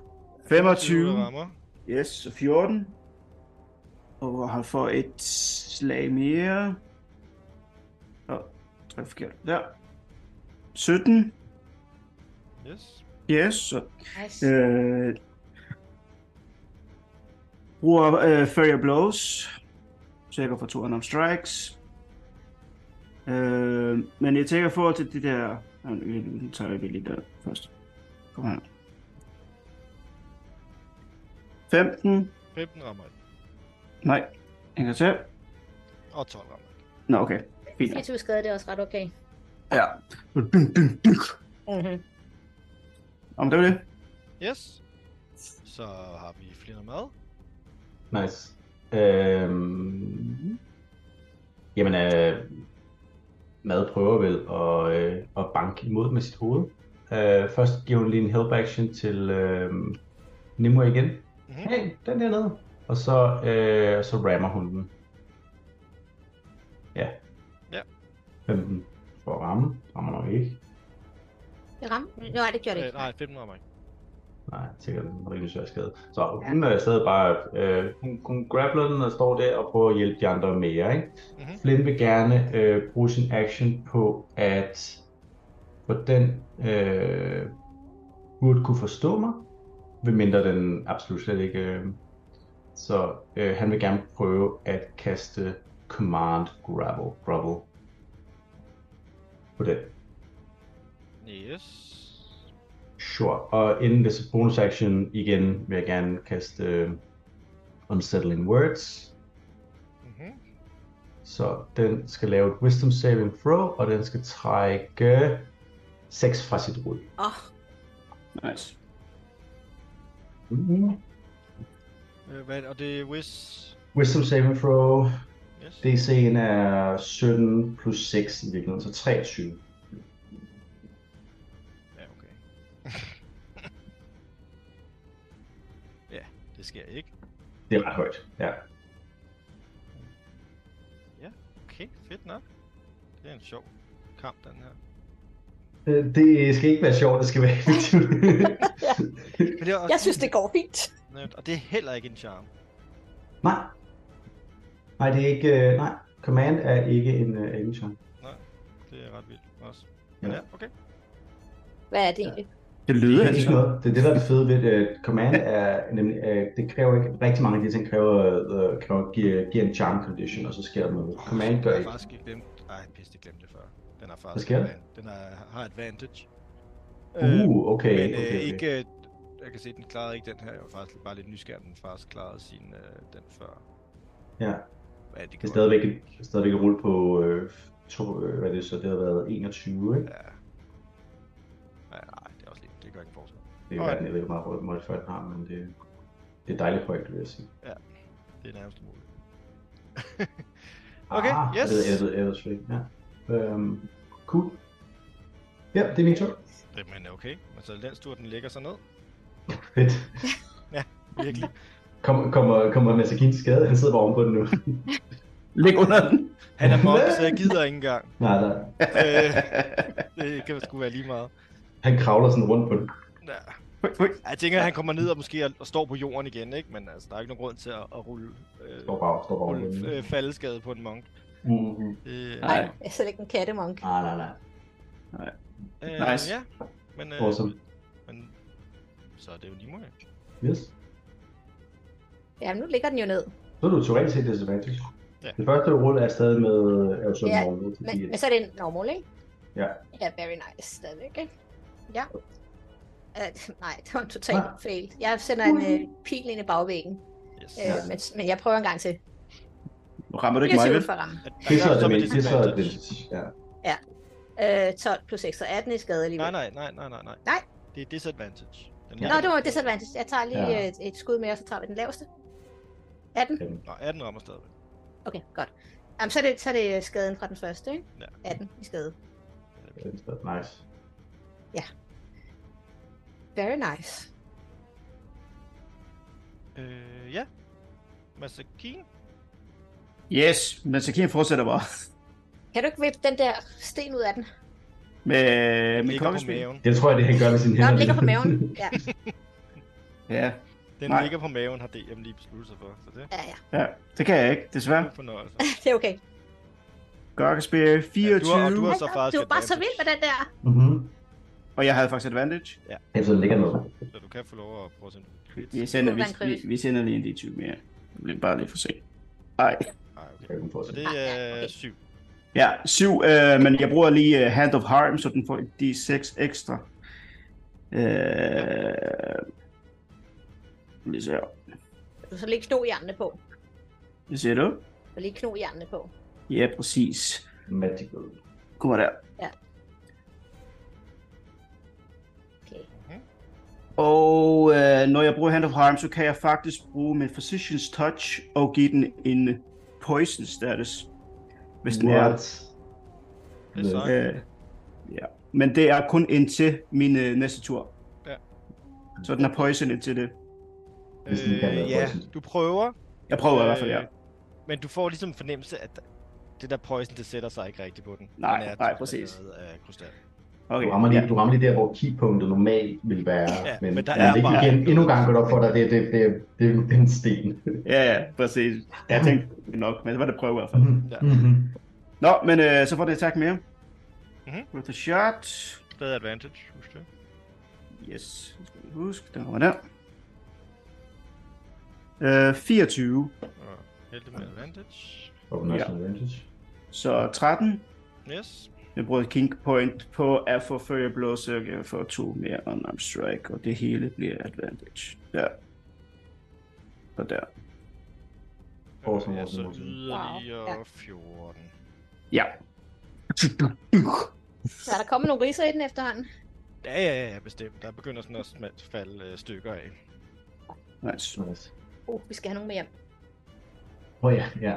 25.
rammer.
Yes, og 14. Og han får et slag mere. Og tre forkert. Der. 17.
Yes.
Yes, så
Nice.
Øh, Bruger øh, Furrier Blows. Så jeg går for to unarmed strikes. Øh, men jeg tænker i forhold til det der... Nå, nu nu tager vi lige der først. Kom her. 15.
15 rammer ikke.
Nej, en gang til.
Og 12 rammer ikke.
Nå, okay. Fint.
24 skade, det er også ret okay.
Ja. Dun, dun, dun.
Mm-hmm.
Om det var det.
Yes. Så har vi flere mad.
Nice. Øhm, jamen, øh, Mad prøver vel at, øh, at banke imod med sit hoved. Øh, først giver hun lige en help action til øh, Nimue igen. Mm-hmm. Hey, den der nede. Og så, øh, så rammer hun den. Ja.
Ja.
15 for at ramme. Rammer nok ikke.
Det ramte? Nå, det gjorde det
Øh,
ikke.
nej, 15 rammer ikke.
Nej, sikkert en rimelig svær skade. Så hun er stadig bare, øh, hun, hun grappler den og står der og prøver at hjælpe de andre mere, ikke?
Mhm.
Mm-hmm. Flynn vil gerne øh, bruge sin action på at få den øh, burde kunne forstå mig, medmindre den absolut slet ikke. Øh. Så øh, han vil gerne prøve at kaste Command Grapple, grapple på den.
Yes.
Sure. Og inden det så bonus action igen, vil jeg gerne kaste øh, Unsettling Words.
Mm-hmm.
Så den skal lave et Wisdom Saving Throw, og den skal trække 6 fra sit rull.
Åh, oh,
Nice.
Mm-hmm.
Øh, hvad, og det er Wiz.
Wisdom Saving Throw,
Yes.
DC'en er 17 plus 6 i virkeligheden, så 23.
Ja, okay. ja, det sker ikke.
Det er ret højt, ja.
Okay, fedt nok. Det er en sjov kamp, den her.
Øh, Det skal ikke være sjovt, det skal være effektivt.
Men det er også
jeg synes, det går fint.
nemt, og det er heller ikke en charm.
nej. Nej, det er ikke... øh, Nej, Command er ikke en uh, action.
Det er ret vildt også. Men
Ja.
ja, okay.
Hvad er det egentlig?
Det
Det
lyder
er, ikke noget. det er det, der er det fede ved det. Øh, Command er nemlig, øh, det kræver ikke, rigtig mange af de ting kræver, øh, kræver giver, giver en charm condition, og så sker der noget. Command gør
Jeg
ikke.
har faktisk ikke glemt... Ej, pis, det glemte jeg før. Den har faktisk...
sker der?
advan- Den har, har advantage.
Uh, okay,
men øh,
okay, okay.
ikke... Øh, jeg kan se, den klarede ikke den her. Jeg var faktisk bare lidt nysgerrig, den faktisk klarede sin, øh, den før.
Ja,
Ja, det
det er
gjorde
stadigvæk,
den.
et- stadigvæk et rulle på, øh, to, øh, hvad er det så, det har været 21, ikke?
Ja. Nej, nej, det er også lidt... Det gør ikke en forskel.
Det er,
Nej.
jeg ved ikke, hvor meget rød modifier den har, men det, det er dejligt højt, vil jeg sige.
Det er nærmest muligt. Okay,
ah,
yes.
Jeg ved, jeg ved, jeg ved, sgu ikke, ja. Øhm, cool. Ja, det er min tur.
Men okay, men så den tur, den ligger sig ned.
Fedt.
Virkelig.
Kom, kommer, kommer Masakin til skade? Han sidder bare ovenpå den nu.
Læg under den.
Han er mobbet, så jeg gider ikke engang.
nej, nej.
øh, det kan sgu være lige meget.
Han kravler sådan rundt på den.
Ja.
Ui, ui.
Jeg tænker, at han kommer ned og måske er- og står på jorden igen, ikke? Men altså, der er ikke nogen grund til at, at rulle, øh,
Står bare, står bare
rulle
ovenpå
øh,
den.
faldeskade på en monk.
Mhm.
Øh,
Nej, jeg er slet ikke en kattemonk.
Ah,
Nej, nej, nej.
øh,
nice.
Ja, men, øh,
Awesome.
men så er det jo Nimue.
Yes.
Ja, nu ligger den jo ned.
Så er du teoretisk set disadvantage.
Ja.
Ja. Det første rulle er stadig med øh, er jo sådan
Ja,
ja, morgen,
Men,
fordi,
men så er det en normal, ikke?
Ja.
Ja, very nice stadigvæk, ikke? Ja. Uh, nej, det var en total
Nej.
fail. Jeg sender en øh, pil ind i bagvæggen,
Yes.
øh, men, men jeg prøver en gang til.
Nu rammer du
Det
ikke mig,
er
vel?
for at ramme.
At-
det er
at-
så
at-
det,
med
det, det er så
disadvantage.
det, ja.
Øh, 12 plus 6, så 18 i skade
Nej,
alligevel.
nej, nej, nej, nej, nej.
Nej.
Det er disadvantage. Den
Nå,
Nå,
ligger-
det var disadvantage. Jeg tager lige
Ja.
ja. et, et skud mere, og så tager vi den laveste. 18?
Nå, 18 rammer stadigvæk.
Okay, godt. Jamen, så er det, så er det skaden fra den første, ikke?
Ja.
18 i skade.
det er stadig nice.
Very nice.
Øh, ja. Masakin?
Yes, men så kan jeg fortsætte bare
Kan du ikke vippe den der sten ud af den?
med min
Ligger på
kokkespil.
maven.
Det tror jeg, det han gør med sine
Nå,
hænder.
den ligger på maven. Ja,
Ja,
Den
Nej.
ligger på maven, har DM lige besluttet sig for. Så det
ja, ja.
ja, det kan jeg ikke,
er
desværre.
en fornøjelse.
Det er okay.
Kokkespil
Ja, du
24,
har- og du har-
Hold
så
op,
faktisk
du er bare så
advantage.
vild med den der.
Mm-hmm.
og jeg havde faktisk advantage.
Altså, den ligger ned.
Så du du kan få lov at prøve at sende en crit.
Vi sender,
Det
vi,
kunne være en
vi, vi sender lige en D20 mere. Det bliver bare lige for sent. Nej.
Ej, okay.
Jeg kan få
Så
det.
det
Ah, ja,
er
okay.
syv.
Ja, syv, øh, men jeg bruger lige uh, Hand of Harm, så den får et D6 ekstra. Øh, lige så.
Du så lige kno hjernene på.
Hvad siger du?
Og lige kno hjernene på.
Ja, præcis.
Magical.
Kom der.
Okay.
Og øh, når jeg bruger Hand of Harm, så kan jeg faktisk bruge min Physician's Touch og give den en poison status. Hvis den er
What?
Det er sejt.
Øh, ja. Men det er kun indtil min øh, næste tur.
Ja.
Så den er poison indtil det.
hvis den kan være
Øh, ja,
poison.
du prøver,
Jeg prøver øh, i hvert fald, ja.
Øh, Men du får ligesom en fornemmelse, at det der poison, det sætter sig ikke rigtigt på den.
Nej,
den er
nej,
trods alt
præcis.
lavet Af krystal.
Okay.
Du rammer lige,
ja.
du rammer lige der, hvor keypunktet normalt ville være,
Ja,
men,
men der
men
er
det,
bare-
igen, endnu en gang går det op for dig, det, det, det, det, det er en sten.
ja, ja, præcis. Jeg tænkte nok, men det var det prøve i hvert fald.
Ja.
Mm-hmm.
Nå, men øh, så får det attack mere.
Mhm.
With a shot.
Stadig advantage, husk det.
Yes. Det skal vi Husk, den rammer der. Øh, 24.
Og heldig med advantage.
Og national advantage.
Så 13.
Yes.
Jeg bruger et king point på at få før jeg blå, så jeg får to mere unarmed strike, og det hele bliver advantage. Der. Og der.
Awesome,
ja,
awesome,
så
awesome.
yderligere
Wow, ja.
14.
Ja.
Så er der kommet nogle riser i den efterhånden.
Ja, ja, ja, ja, bestemt. Der begynder sådan at smalt falde øh, stykker af.
Nice.
Nice.
Uh, vi skal have nogle med hjem.
Åh oh, ja, ja.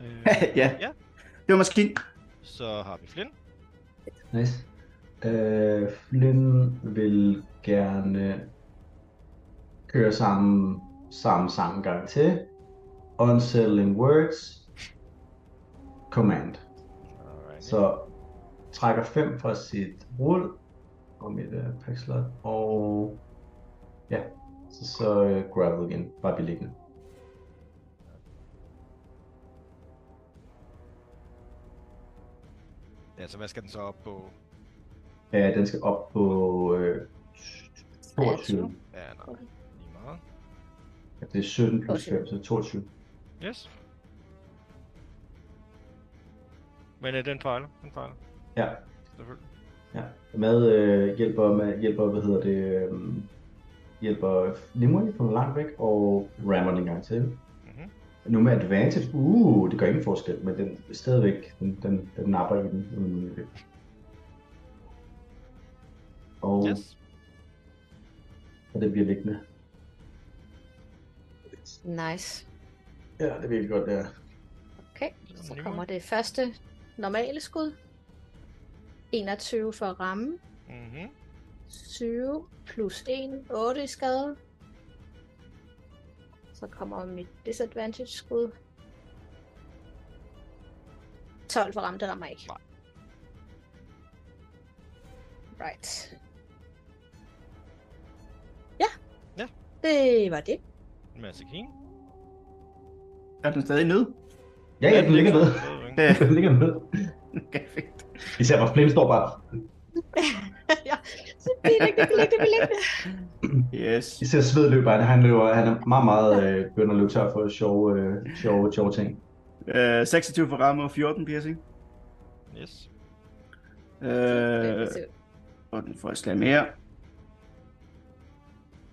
Øh,
ja.
Ja.
Det var maskinen.
så har vi Flynn.
Nice. Øh, Flynn vil gerne køre samme, samme sang en gang til. Unsettling words. Command.
Alright.
Så trækker 5 fra sit rull og mit uh, packslot, og ja, så, så uh, gravel igen, bare blive liggende.
Ja, så hvad skal den så op på?
Uh, den skal op på uh, 22.
Ja, nej.
Okay.
Lige meget.
Ja, Det er 17 plus 5, så 22.
Yes. Men øh, den fejler. Den fejler.
Ja,
Selvfølgelig.
ja. Mad øh, hjælper, med, hjælper, hvad hedder det, øh, hjælper Nimue på langt væk, og rammer den en gang til.
Mhm.
Nu med advantage, uh, det gør ingen forskel, men den stadigvæk, den, den, den napper i den. uden mulighed. Og,
Yes.
og det bliver liggende.
Nice.
Ja, det er virkelig godt, det er.
Okay, så kommer det første normale skud. 21 for at ramme.
Mhm.
20 plus 1, 8 i skade. Så kommer mit disadvantage skud. 12 for ramte rammer ikke. Right. Ja.
Ja.
Det var det.
Masse kin.
Er den stadig nede?
Ja, ja, den ligger ned.
Ja.
Øh,
Den ligger ned.
okay, fedt.
Især hvor Flem står bare,
ja. Det er ikke det, det
Yes.
især sved løber, han, han løber, han er meget, meget øh, begyndt at løbe tør for sjove, øh, sjove, sjove ting.
Øh, 26 for ramme og 14 piercing.
Yes.
Øh, og den får et slag mere.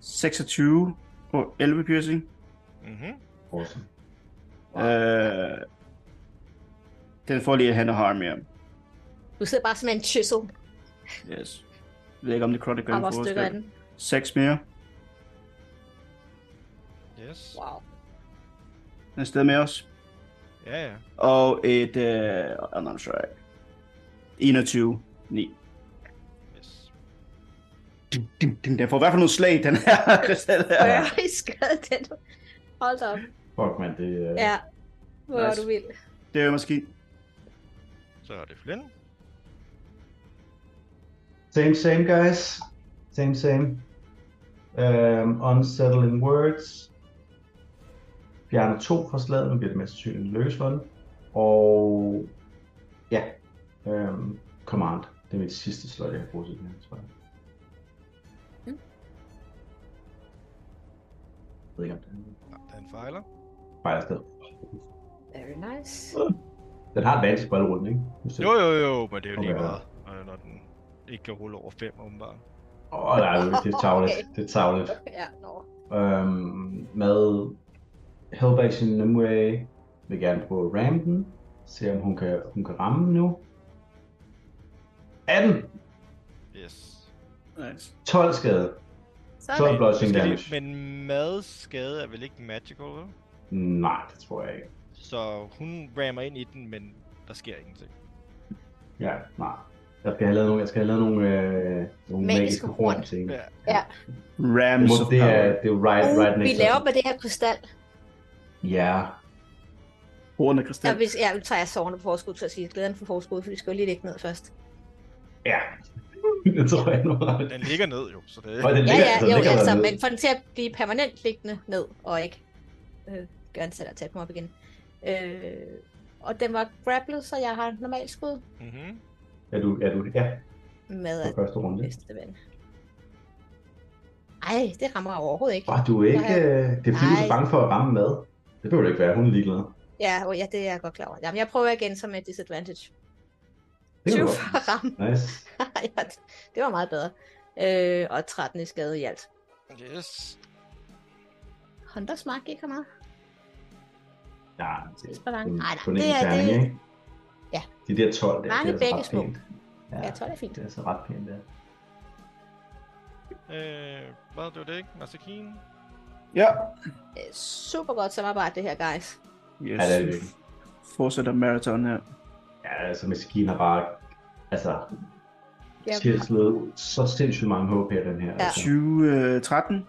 26 og 11 piercing.
Mhm.
Awesome.
Øh, den får lige et hand og harm mere.
Du sidder bare som en chisel
Yes. Jeg ved ikke, om det Necrotic gør
og
en
hvor stykker af
forskel.
den.
6 mere.
Yes.
Wow.
Den er stadig med os.
Ja, ja.
Og et... Øh, oh, no, sorry. 21. 9.
Yes.
Dum, dum, dum. Den får i hvert fald nogle slag, den her kristal her.
Ja. i skade den. Hold da op.
Fuck, mand, det øh,
Ja. Hvor er
Nice.
du vild.
Det er jo måske...
Så er det Flynn.
Same, same, guys. Same, same. Um, unsettling words. Fjerner to fra slaget, nu bliver det mest sandsynligt en lykkes for det. Og ja, um,
Mm.
command. Det er mit sidste slot, jeg har brugt i den her, tror jeg. ved ikke, om den
Den fejler.
fejler sted.
Very nice.
Den har advantage på alle runden, ikke? Hvis det-
Jo, jo, jo, men det er jo lige
Okay.
meget, øh, når den ikke kan rulle over 5 åbenbart.
Åh, oh, nej, det er tavlet.
Okay.
Det er tavlet.
Ja, nå.
Øhm, med Hellbation Nimue vil gerne prøve at ramme den. Se om hun kan, hun kan ramme den nu. 18!
Yes.
Nice. 12
12 skade.
Sådan.
12 blushing
Skal
damage.
lige- Men madskade er vel ikke magical, vel?
Nej, det tror jeg ikke.
Så hun rammer ind i den, men der sker ingenting.
Mm. Ja, nej. Jeg skal have lavet nogle, jeg skal have lavet nogle, øh, nogle
Magiske
magiske
horn.
horn ting.
Ja.
Det,
Rams
må,
of
det
power.
er, det er right, right
Uh,
next
vi
to-
laver med det her krystal.
Ja,
Horn af
Ja,
kristal.
hvis, ja, nu tager jeg sårene på forskud, så jeg siger glæden for forskud, for vi skal jo lige lægge ned først.
ja. det tror jeg nu har
Den ligger ned jo, så det
Og den
Ja,
ligger,
ja,
den
jo,
ligger
altså,
dernede.
men for den til at blive permanent liggende ned, og ikke øh, gøre en selv at tage dem op igen. Øh, og den var grapplet, så jeg har normalt skud
Mm-hmm.
Er du, er du, ja,
med
på
at
første runde.
bedste ven. Ej, det rammer jeg overhovedet ikke.
Åh, du er ikke, øh, det er fordi, du er
Nej.
så bange for at ramme mad. Det behøver du ikke være, hun er ligeglad.
Ja, og ja, det er jeg godt klar over. Jamen, jeg prøver igen som et disadvantage.
Det kan
20
du
for at ramme.
godt. Nice.
ja, det- det var meget bedre. Øh, og 13 i skade i alt.
Yes.
Hunters Mark ikke har meget.
Ja,
Spidsbalance. Nej, nej,
kun
det
én
er
terning,
det.
ikke?
Ja.
De der 12 der,
Mange
det er
begge
altså
små.
ret pænt. Ja,
Ja, 12 er fint.
det er altså ret pænt, der.
Øh, hvad, det var det ikke? Masakin?
Ja.
Øh, super godt samarbejde, det her, guys.
Yes.
Ja, det er det virkelig.
Fortsætter marathon her.
Ja, altså, Meskin har bare, altså,
Ja.
yep. tilslået så sindssygt mange HP i den her.
Ja.
Altså.
2013.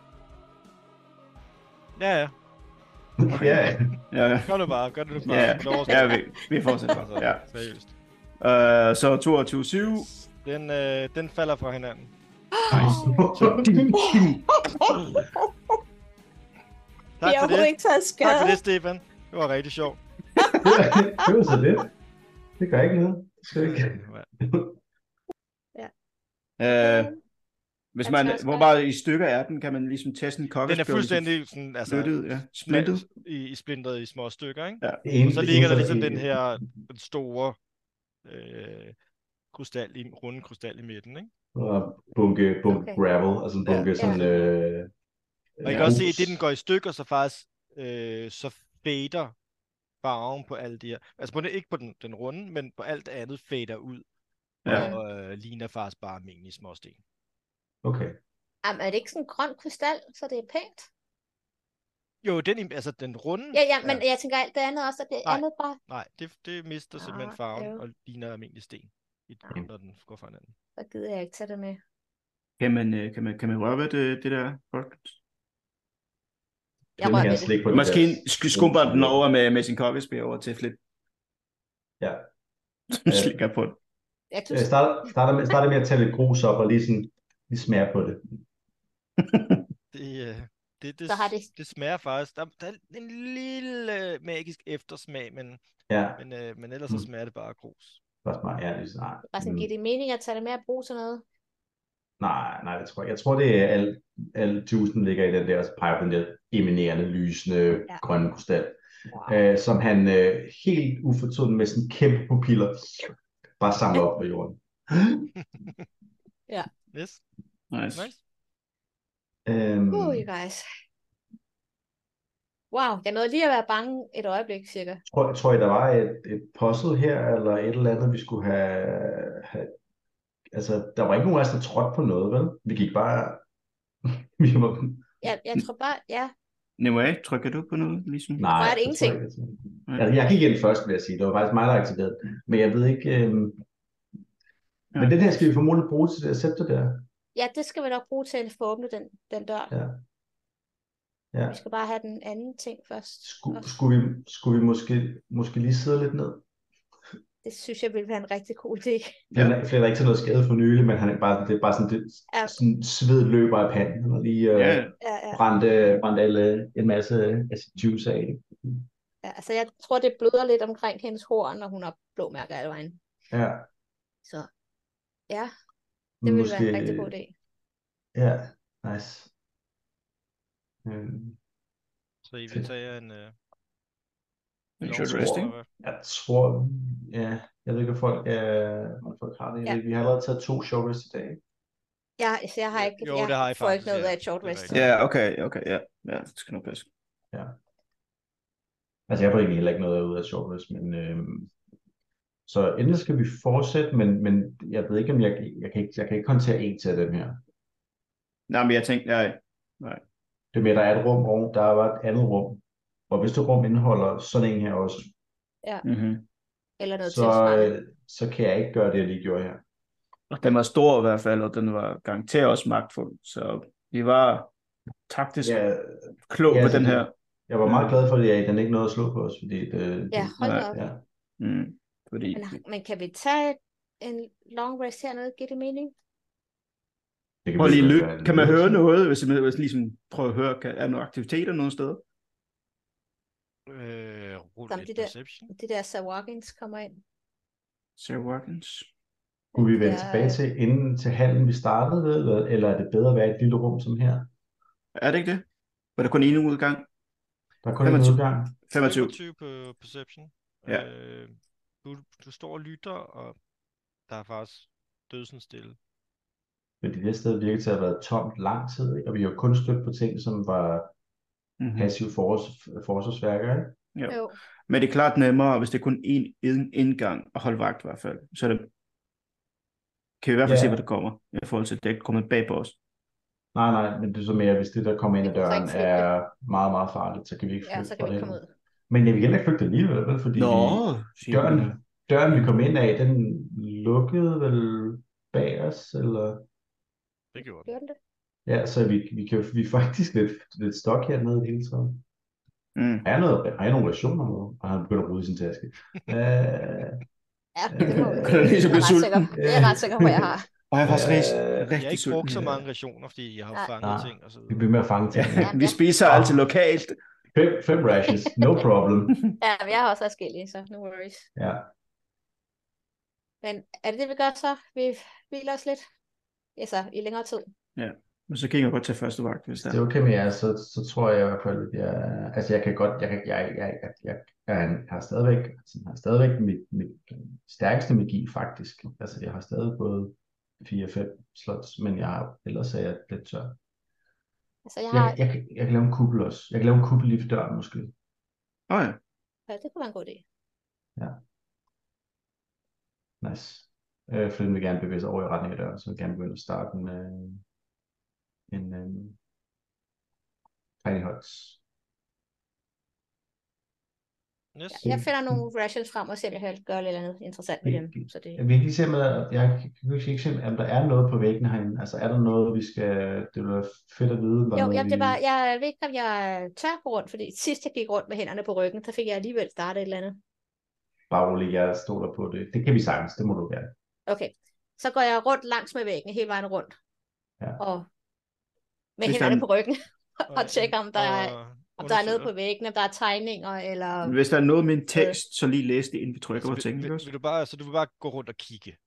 Ja, ja.
ja,
Ja, ja.
Gør det bare, gør det nu bare.
Ja,
Det overstår.
ja vi, vi fortsætter
Altså.
bare. Ja.
Altså, Seriøst.
Øh, så 22-7.
Den, øh, den falder fra hinanden. Tak
Vi har
for
overhovedet
det.
ikke taget
Tak for
skade.
det, Stefan. Det var rigtig sjovt.
det var så lidt. Det gør ikke noget. Det skal ikke.
Øh, hvis
Han
man,
tager også
hvor
bare-
meget i stykker er den, kan man ligesom tage sådan en kokke.
Den er fuldstændig sådan, altså,
splittet, ja. Splittet.
spla- i, i splintret i små stykker, ikke?
Det ene-
Og så
det øh,
ligger
ene-
der ligesom den her den store øh, krystal i, runde krystal i midten, ikke?
Og bunke, bunke
Okay.
okay. gravel, altså en
Ja.
bunke ja. sådan... Øh,
Og I kan også se, at det den går i stykker, så faktisk øh, så fader farven på alt det her. Altså på den, ikke på den, den runde, men på alt andet fader ud.
Ja.
Og øh, ligner faktisk bare mængden i småsten.
Okay.
Jamen, er det ikke sådan en grøn krystal, så det er pænt?
Jo, den, i- altså den runde,
Ja, ja, men ja. jeg tænker alt det andet også, at det
Nej.
andet bare...
nej, det, det mister simpelthen
Ah,
farven
øv.
og ligner almindelig sten, i-
Ah.
når den går fra hinanden.
Så gider jeg ikke tage det med.
Kan man, øh, kan man, kan man røre ved det, det der?
Jeg
Den
rører
her
ved det.
slik på den
Måske
der-
sk- skumper den over med, med sin kokkespil over til flit.
Ja. Øh.
Som slikker på den.
Jeg
Jeg
tusind.
starter, Øh, starter, med, starter med at tage lidt grus op og lige, sådan, lige smage på det.
Det, øh, det, det,
Så har
s-
det-
det smager faktisk. Der, der er en lille øh, magisk eftersmag, men,
Ja,
men, øh, men ellers så
Mm.
smager det bare af grus.
bare smage. Ja, det er sådan,
Bare
nej,
sådan, giver
mm,
det mening at tage det med at bruge sådan noget?
nej, nej, det tror jeg ikke. Jeg tror, det er al, al juicen ligger i den der, og så peger på den der eminerende, lysende,
Ja.
ja. grønne krystal,
Wow.
øh, som han øh, helt ufortydende med sådan kæmpe pupiller bare samler op på jorden.
Yes,
Nice.
nice.
Øhm,
Uh, you guys. Wow, jeg nåede lige at være bange et øjeblik, cirka.
Tror, tror I, der var et, et puzzle her, eller et eller andet, vi skulle have, have... Altså, der var ikke nogen af os, der trådte på noget, vel? Vi gik bare... vi var...
Jeg, jeg tror bare, ja.
Anyway, trykker du på noget? Ligesom?
Nej,
Var det
jeg tror
ingenting?
ikke, jeg- Altså, jeg gik ind først, vil jeg sige. Det var faktisk mig, der aktiverede den. Men jeg ved ikke... Øhm... Men den her skal vi formodentlig bruge til det scepter der.
Ja, det skal vi nok bruge til at få åbnet den, den dør.
Ja. Ja.
Vi skal bare have den anden ting først.
Skulle,
også.
skulle, vi, skulle vi måske, måske lige sidde lidt ned?
Det synes jeg ville være en rigtig god idé.
Ja. Han er ikke til noget skade for nylig, men han er bare, det er bare sådan, det,
Ja.
sådan sved løber af panden, og lige... Øh...
Ja,
Ja, ja.
brændte, brændte alle en masse af sit juice af.
Ja, altså jeg tror, det bløder lidt omkring hendes horn, og hun har blå mærker alle vejen.
Ja,
Så ja, det ville være en rigtig god idé.
Ja, nice. Øhm,
Så I vil
Fedt.
tage en... Øh,
Injured
lov-
resting.
Jeg tror, ja, jeg ved ikke, om folk, øh, om folk har det. Jeg
Ja.
ved, ikke. vi har allerede taget to short rest i dag. ikke?
Jeg, altså, jeg har ikke,
Jo,
jeg
det har I
får
faktisk,
ikke noget
ja.
af et short
Det er
rest.
rigtigt.
Ja, yeah, okay, okay, ja. Ja, det skal nok passe.
Altså, jeg får egentlig heller ikke noget ud af short rest, men øh, så endelig skal vi fortsætte, men, men jeg ved ikke, om jeg, jeg, kan ikke, jeg kan ikke kun tage en til af dem her.
Nej, men jeg tænkte, nej.
Det er med, der er et rum, og der var et andet rum. Og hvis det rum indeholder sådan en her også, Mhm.
Mm-hmm.
Eller noget
så,
tilsvarende.
øh, så kan jeg ikke gøre det, jeg lige gjorde her.
Den var stor i hvert fald, og den var garanteret også magtfuld, så vi var taktisk
Jeg,
klog
Ja,
på
så
den
det-
her.
jeg var
Mm.
meget glad for det, at den ikke nåede at slå på os, fordi det,
Ja, hold da
nej,
op.
ja.
Mm, fordi
Men, men kan vi tage en long rest hernede? Giver det mening?
Det
Prøv
vi
lige
jo
at
gøre
lytte.
en
Kan man
lille-
høre noget, hvis man hvis ligesom prøver at høre, kan, er der nogle aktiviteter nogen steder?
Øh, rul
Samt
et
det der.
perception.
Det der Sir Walkins kommer ind.
Sarah Watkins.
Kunne vi vende
Ja.
tilbage til inden til hallen, vi startede ved, eller- eller er det bedre at være i et lille rum som her?
Er det ikke det? Var der kun en udgang?
Der er kun
Jamen,
en
så-
udgang.
25.
25 på perception.
Ja.
Øh, du, du står og lytter, og der er faktisk dødsen stille.
Men det der sted virker til at have været tomt lang tid, ikke? og vi har kun stødt på ting, som var
Mm-hmm.
passive fors- forsvarsværker. Ikke?
Jo.
Jo.
Men det er klart nemmere, hvis det er kun én ind- indgang at holde vagt i hvert fald. Så er det... kan vi i hvert fald
Ja.
se, hvad der kommer. I forhold til, at det ikke kommer bag på os.
Nej, nej, men det er så mere, hvis det, der kommer ind ad
Vi kan så
døren,
ikke flygte.
er meget, meget farligt, så kan vi ikke
Ja,
flygte
så kan
fra
vi
det.
komme ud.
Men jeg vil heller ikke flygte alligevel, vel? fordi vi,
siger
døren.
man.
døren, vi kom ind af, den lukkede vel bag os, eller...
Det gjorde den.
Gjorde den det?
Ja, så vi, vi, kan, vi er faktisk lidt, lidt stok hernede hele tiden.
Mm.
Har jeg, noget, har jeg nogle relationer med? Og han begynder at rode i sin taske. Øh,
Ja, det må vi.
Øh,
se.
kan du lige så
Jeg
blive
er ret sikker
sulten?
på- Det er jeg ret sikker på, jeg har.
Og jeg er faktisk
Øh,
rigtig,
Jeg har
rigtig
ikke brugt så
sulten.
mange rationer, fordi jeg har
Nej.
fanget
Nej.
ting og så
vi
videre.
bliver med at fange ting.
Ja.
Vi spiser altid lokalt.
Fem, fem rashes, no problem.
Ja, men jeg har også forskellige, så no worries.
Ja.
Men er det det, vi gør så? Vi hviler os lidt? Altså, i længere tid.
Men så kan jeg godt tage første vagt, hvis der
Det er okay med jer, så, så tror jeg i hvert fald, at jeg, altså jeg kan godt, jeg, kan- jeg, jeg, jeg, jeg, jeg har stadigvæk, altså jeg har stadigvæk mit, mit stærkeste magi faktisk. Altså jeg har stadig både 4-5 slots, men jeg har, ellers er jeg lidt tør.
Altså, jeg har...
Jeg, jeg, kan- jeg kan lave en kuppel også. Jeg kan lave en kuppel lige for døren måske.
Åh oh, ja.
Ja, det kunne være en god idé.
Nice. Øh, Flynn vil gerne bevæge sig over i retning af døren, så vil gerne begynde at starte en, øh, en øh, tiny hots.
Yes.
Jeg finder nogle rations frem og ser, om jeg kan gøre lidt andet interessant med dem. Så det...
Jeg vil ikke lige se, om der, jeg kan ikke- ikke se, om der er noget på væggen herinde. Altså er der noget, vi skal... Det ville være fedt at vide. Hvad
Jo,
noget,
jamen, det
vi...
var, jeg ved ikke, om jeg tør gå rundt, fordi sidst jeg gik rundt med hænderne på ryggen, så fik jeg alligevel startet et eller andet.
Bare rolig, jeg stoler på det. Det kan vi sagtens, det må du gerne.
Okay, så går jeg rundt langs med væggen, hele vejen rundt.
Ja.
Og med
Hvis der er
hænderne
en-
på ryggen, og tjekker, om der er, om der er noget på
undersøger.
væggen, om der er tegninger, eller...
Hvis der er noget med en tekst, så lige læs det, inden vi trykker
Så
på
vil-
tingene.
vil-
ikke
vil
også?
du bare, så du vil bare gå rundt og kigge.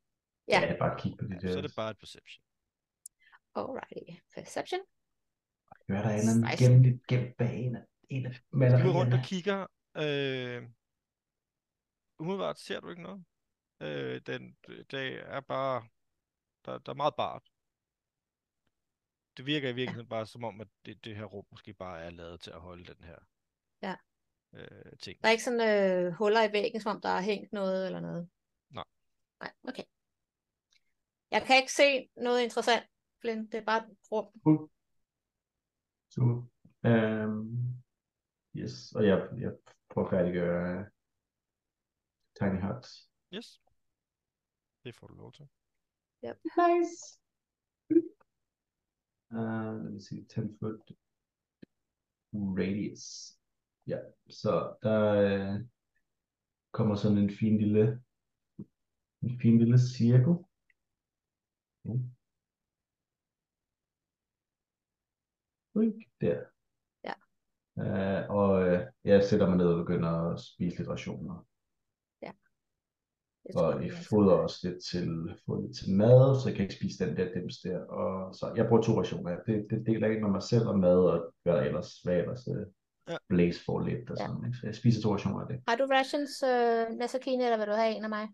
Ja.
det er bare at kigge på det der.
Så er det bare et perception.
Alrighty, perception.
Hvad er der en eller anden
Nice.
gennem lidt gemt bag en af, en af
Du går rundt og
malerierne?
kigger. Øh, umiddelbart ser du ikke noget. Øh, den, det er bare... Der, der er meget bart. Det virker i virkeligheden bare som om, at det, det her rum måske bare er lavet til at holde den her
Ja.
øh, ting.
Der er ikke sådan øh, huller i væggen, som om der er hængt noget eller noget?
Nej.
Nej, okay. Jeg kan ikke se noget interessant, Flynn. Det er bare et rum.
Super. Øhm, yes, og jeg, jeg prøver at færdiggøre øh, Tiny Hearts.
Yes. Det får du lov til.
Nice. Uh, lad os se, 10 foot radius. Ja, så der øh, kommer sådan en fin lille, en fin lille cirkel. Uh. Ja. Uik, der.
Ja.
Øh, og øh, jeg sætter mig ned og begynder at spise lidt rationer.
Det tror
Og
jeg,
jeg
altså.
fodrer også lidt til, fodrer lidt til mad, så jeg kan ikke spise den der dims der. Og så jeg bruger to rationer. Det, det deler jeg ind med mig selv og mad og hvad der ellers, hvad jeg ellers øh,
Ja.
Blaze får lidt og sådan, ikke? Så jeg spiser to rationer af det.
Har du rations, øh, Nasakine, eller vil du have en af mig?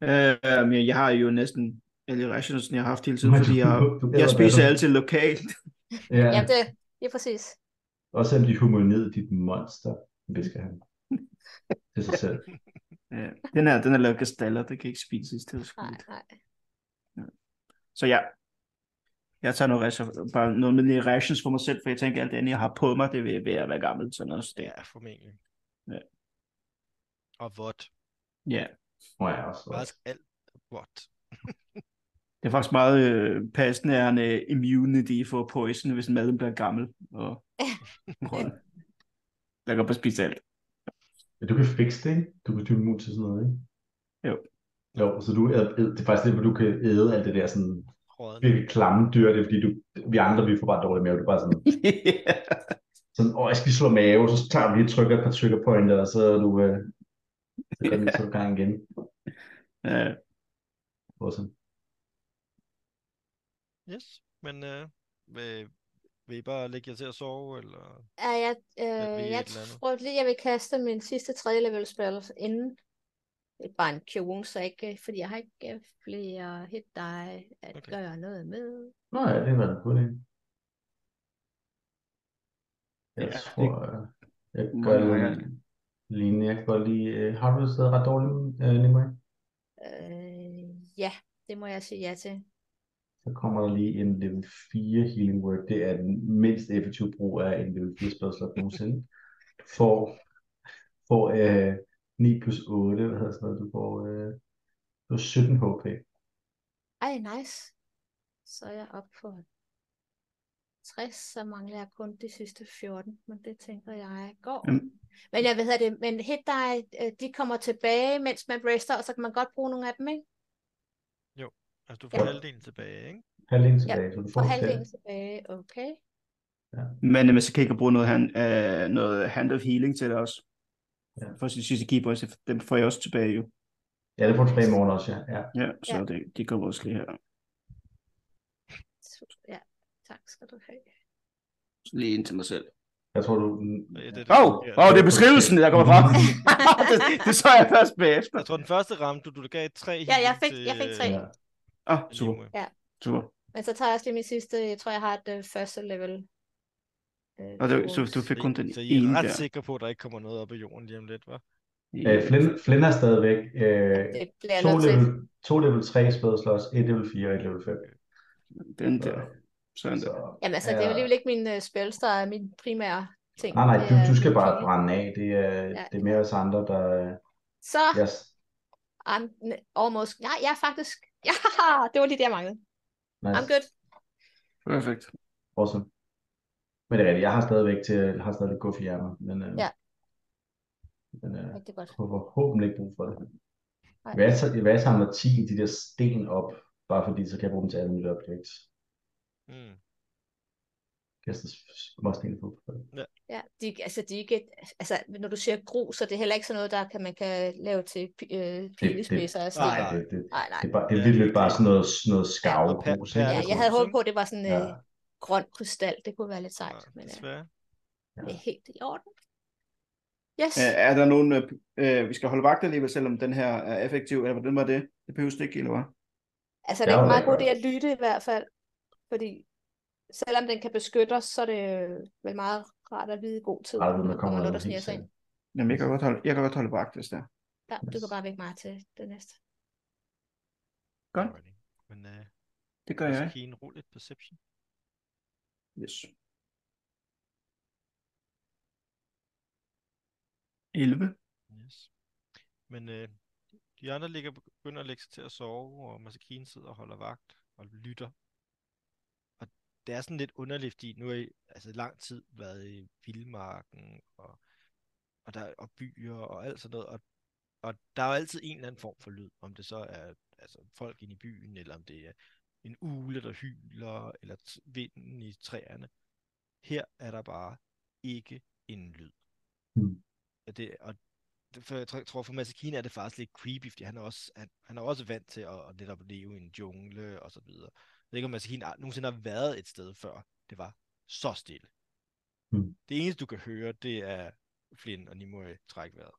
Øh, men jeg har jo næsten alle rationals, jeg har haft hele tiden,
Men
fordi
du-
jeg,
du- du
jeg
æder
spiser
hvad?
altid lokalt.
Ja,
Ja, ja det, det er præcis.
også selvom de humanoid dit monster, visker han. Til sig selv.
Ja, den her, den er lavet af staller, det kan ikke spises, det er
Nej,
skidt.
nej.
Så ja, jeg tager noget, ration, bare noget med lige rations for mig selv, for jeg tænker, alt det andet, jeg har på mig, det vil ved at være gammel, sådan noget. Så det,
Ja, formentlig.
Ja.
Og vådt.
ja,
Må jeg også.
Faktisk alt er vådt.
det er faktisk meget øh, passende, at han er immunity for poison, hvis maden bliver gammel. Og grøn. Jeg kan bare spise alt.
Ja, du kan fikse det, ikke? Du kan blive immun til sådan noget, ikke?
Jo.
Jo, så du æder, æd- det er faktisk det, hvor du kan æde alt det der sådan
Rådende.
virkelig klamme dyr, det er fordi, du, vi andre, vi får bare dårlig mave, du er bare sådan, sådan, åh, jeg skal slå mave, så tager du lige og trykker et par triggerpointer, og så er du, øh, så kan du så i gang igen.
ja.
Awesome.
Yes, men øh, vil, vil I bare lægge jer til at sove, eller?
Ja, jeg,
vi
øh,
et
jeg
eller andet.
tror lige, jeg vil kaste min sidste tredje level spell inden. Det er bare en Q1, så jeg ikke, fordi jeg har ikke øh, flere hit dig at
Okay.
gøre noget med.
Nå ja, det var en god idé. Jeg
Ja,
tror, øh, jeg
Mange
gør
gange.
lige, lige, jeg kan godt lige, øh, har du stadig ret dårligt, øh, Nimue?
Øh, ja, det må jeg sige ja til.
Så kommer der lige en level 4 healing word. Det er den mindst effektive brug af en level 4 spilslot nogensinde. Du får, får øh, 9 plus 8, hvad hedder sådan noget, du får, øh, du får 17 HP.
Ej, nice. Så er jeg oppe på 60, så mangler jeg kun de sidste 14, men det tænker jeg går.
Jamen.
Men jeg ved det, men hit dig, øh, de kommer tilbage, mens man rester, og så kan man godt bruge nogle af dem, ikke?
Altså, du får
Ja.
halvdelen tilbage, ikke?
Halvdelen tilbage, så du får
Og
5.
halvdelen tilbage, okay.
Men øh, så kan ikke bruge noget, hand, øh, noget hand of healing til det også.
Ja.
For sin sidste keyboard, så dem får jeg også tilbage jo.
Ja, det får du tilbage i morgen også, ja. ja.
Ja, så
Ja.
det, det kommer også lige her.
Så- Ja, tak skal du have.
Så lige ind til mig selv.
Jeg tror, du...
Ja, det er det,
Åh, oh,
ja.
oh, det er beskrivelsen, der kommer fra. det, det så jeg først bagefter.
Jeg tror, den første ramte du, du gav tre
Ja, jeg
heal
fik- jeg fik
til,
tre.
øh,
Ja.
Åh, oh, super,
Nimue.
super.
Men så tager jeg også lige min sidste, jeg tror jeg har et øh, første level. Øh,
Og det, så
bonus.
du fik kun den
Så I
ene
er ret
der.
sikre på, at der ikke kommer noget op af jorden lige om lidt, hva'?
Øh, Flynn, Flynn er stadigvæk øh,
Det bliver jeg
to,
nødt til.
level, to level 3 spædslås, et level 4 og et level 5.
Den
Så,
der. Sådan
så,
der.
Jamen altså, det er
Ja.
jo alligevel ikke min øh, spells, der er min primære ting.
nej, nej,
Det
du,
er
du skal
min
bare
healing.
brænde af. Det er,
Ja.
det er mere os andre, der...
Så
Jeg,
I'm n- almost. Nej, jeg er faktisk... Ja, det var lige det, jeg manglede.
nice.
I'm good.
Perfekt.
Awesome. Men det er rigtigt, jeg har stadigvæk til, jeg har stadig guf i ærmer, men, øh,
Ja.
men øh,
Rigtig godt.
jeg får forhåbentlig ikke brug for det.
Nej.
Hvad jeg, tager- hvad jeg samler 10 af de der sten op, bare fordi, så kan jeg bruge dem til alle mulige objekt.
Mm.
Kaster små sten på.
Ja, de, altså, de er ikke, altså, når du siger grus, så det er heller ikke sådan noget, der kan, man kan lave til pi- øh, pilespidser. og sådan
Nej,
noget.
det, det,
nej, nej.
det, er bare, det er
Ja,
virkelig
det er
bare
klart.
sådan noget, sådan noget
og per-
skarvegrus.
per-
Ja, jeg havde håbet på, at det var sådan en
Ja.
øh, grøn krystal. Det kunne være lidt sejt,
Nej,
men øh,
desværre.
det er helt i orden. Yes,
Øh, er der nogen, øh, øh, vi skal holde vagt alligevel, selvom den her er effektiv, eller hvordan var det? Det behøves det ikke, eller hvad?
altså det
jeg
er
var
en meget
da
god idé
godt.
at lytte i hvert fald, fordi selvom den kan beskytte os, så er det øh, vel meget rart at vide i god tid,
Ej,
når
men der kommer
der kommer noget, der
noget
sniger
helt
sig ind.
sikkert.
Jamen, jeg kan godt holde, jeg kan godt holde vagt, hvis der.
Ja, du kan
Yes.
bare vække mig til det næste.
Godt.
Alrighty. Men øh,
Det gør
ja,
jeg.
ja.
ikke.
Keen, roligt perception.
Yes. 11.
Yes. Men øh, de andre ligger begynder at lægge sig til at sove, og Masakine sidder og holder vagt og lytter. Og det er sådan lidt underligt, fordi nu har I altså lang tid været i vildmarken og, og, der, og byer og alt sådan noget, og, og der er jo altid en eller anden form for lyd, om det så er altså, folk inde i byen, eller om det er en ule, der hyler, eller t- vinden i træerne. Her er der bare ikke en lyd.
Mm.
Og det, og det- for jeg tror- tror for Masakine er det faktisk lidt creepy, fordi han er også, han, han er også vant til at, at netop leve i en jungle og så videre. Jeg ved ikke, om Masakine nogensinde har været et sted før, det var så stille.
Mm.
Det eneste, du kan høre, det er Flynn og Nimue trække vejret.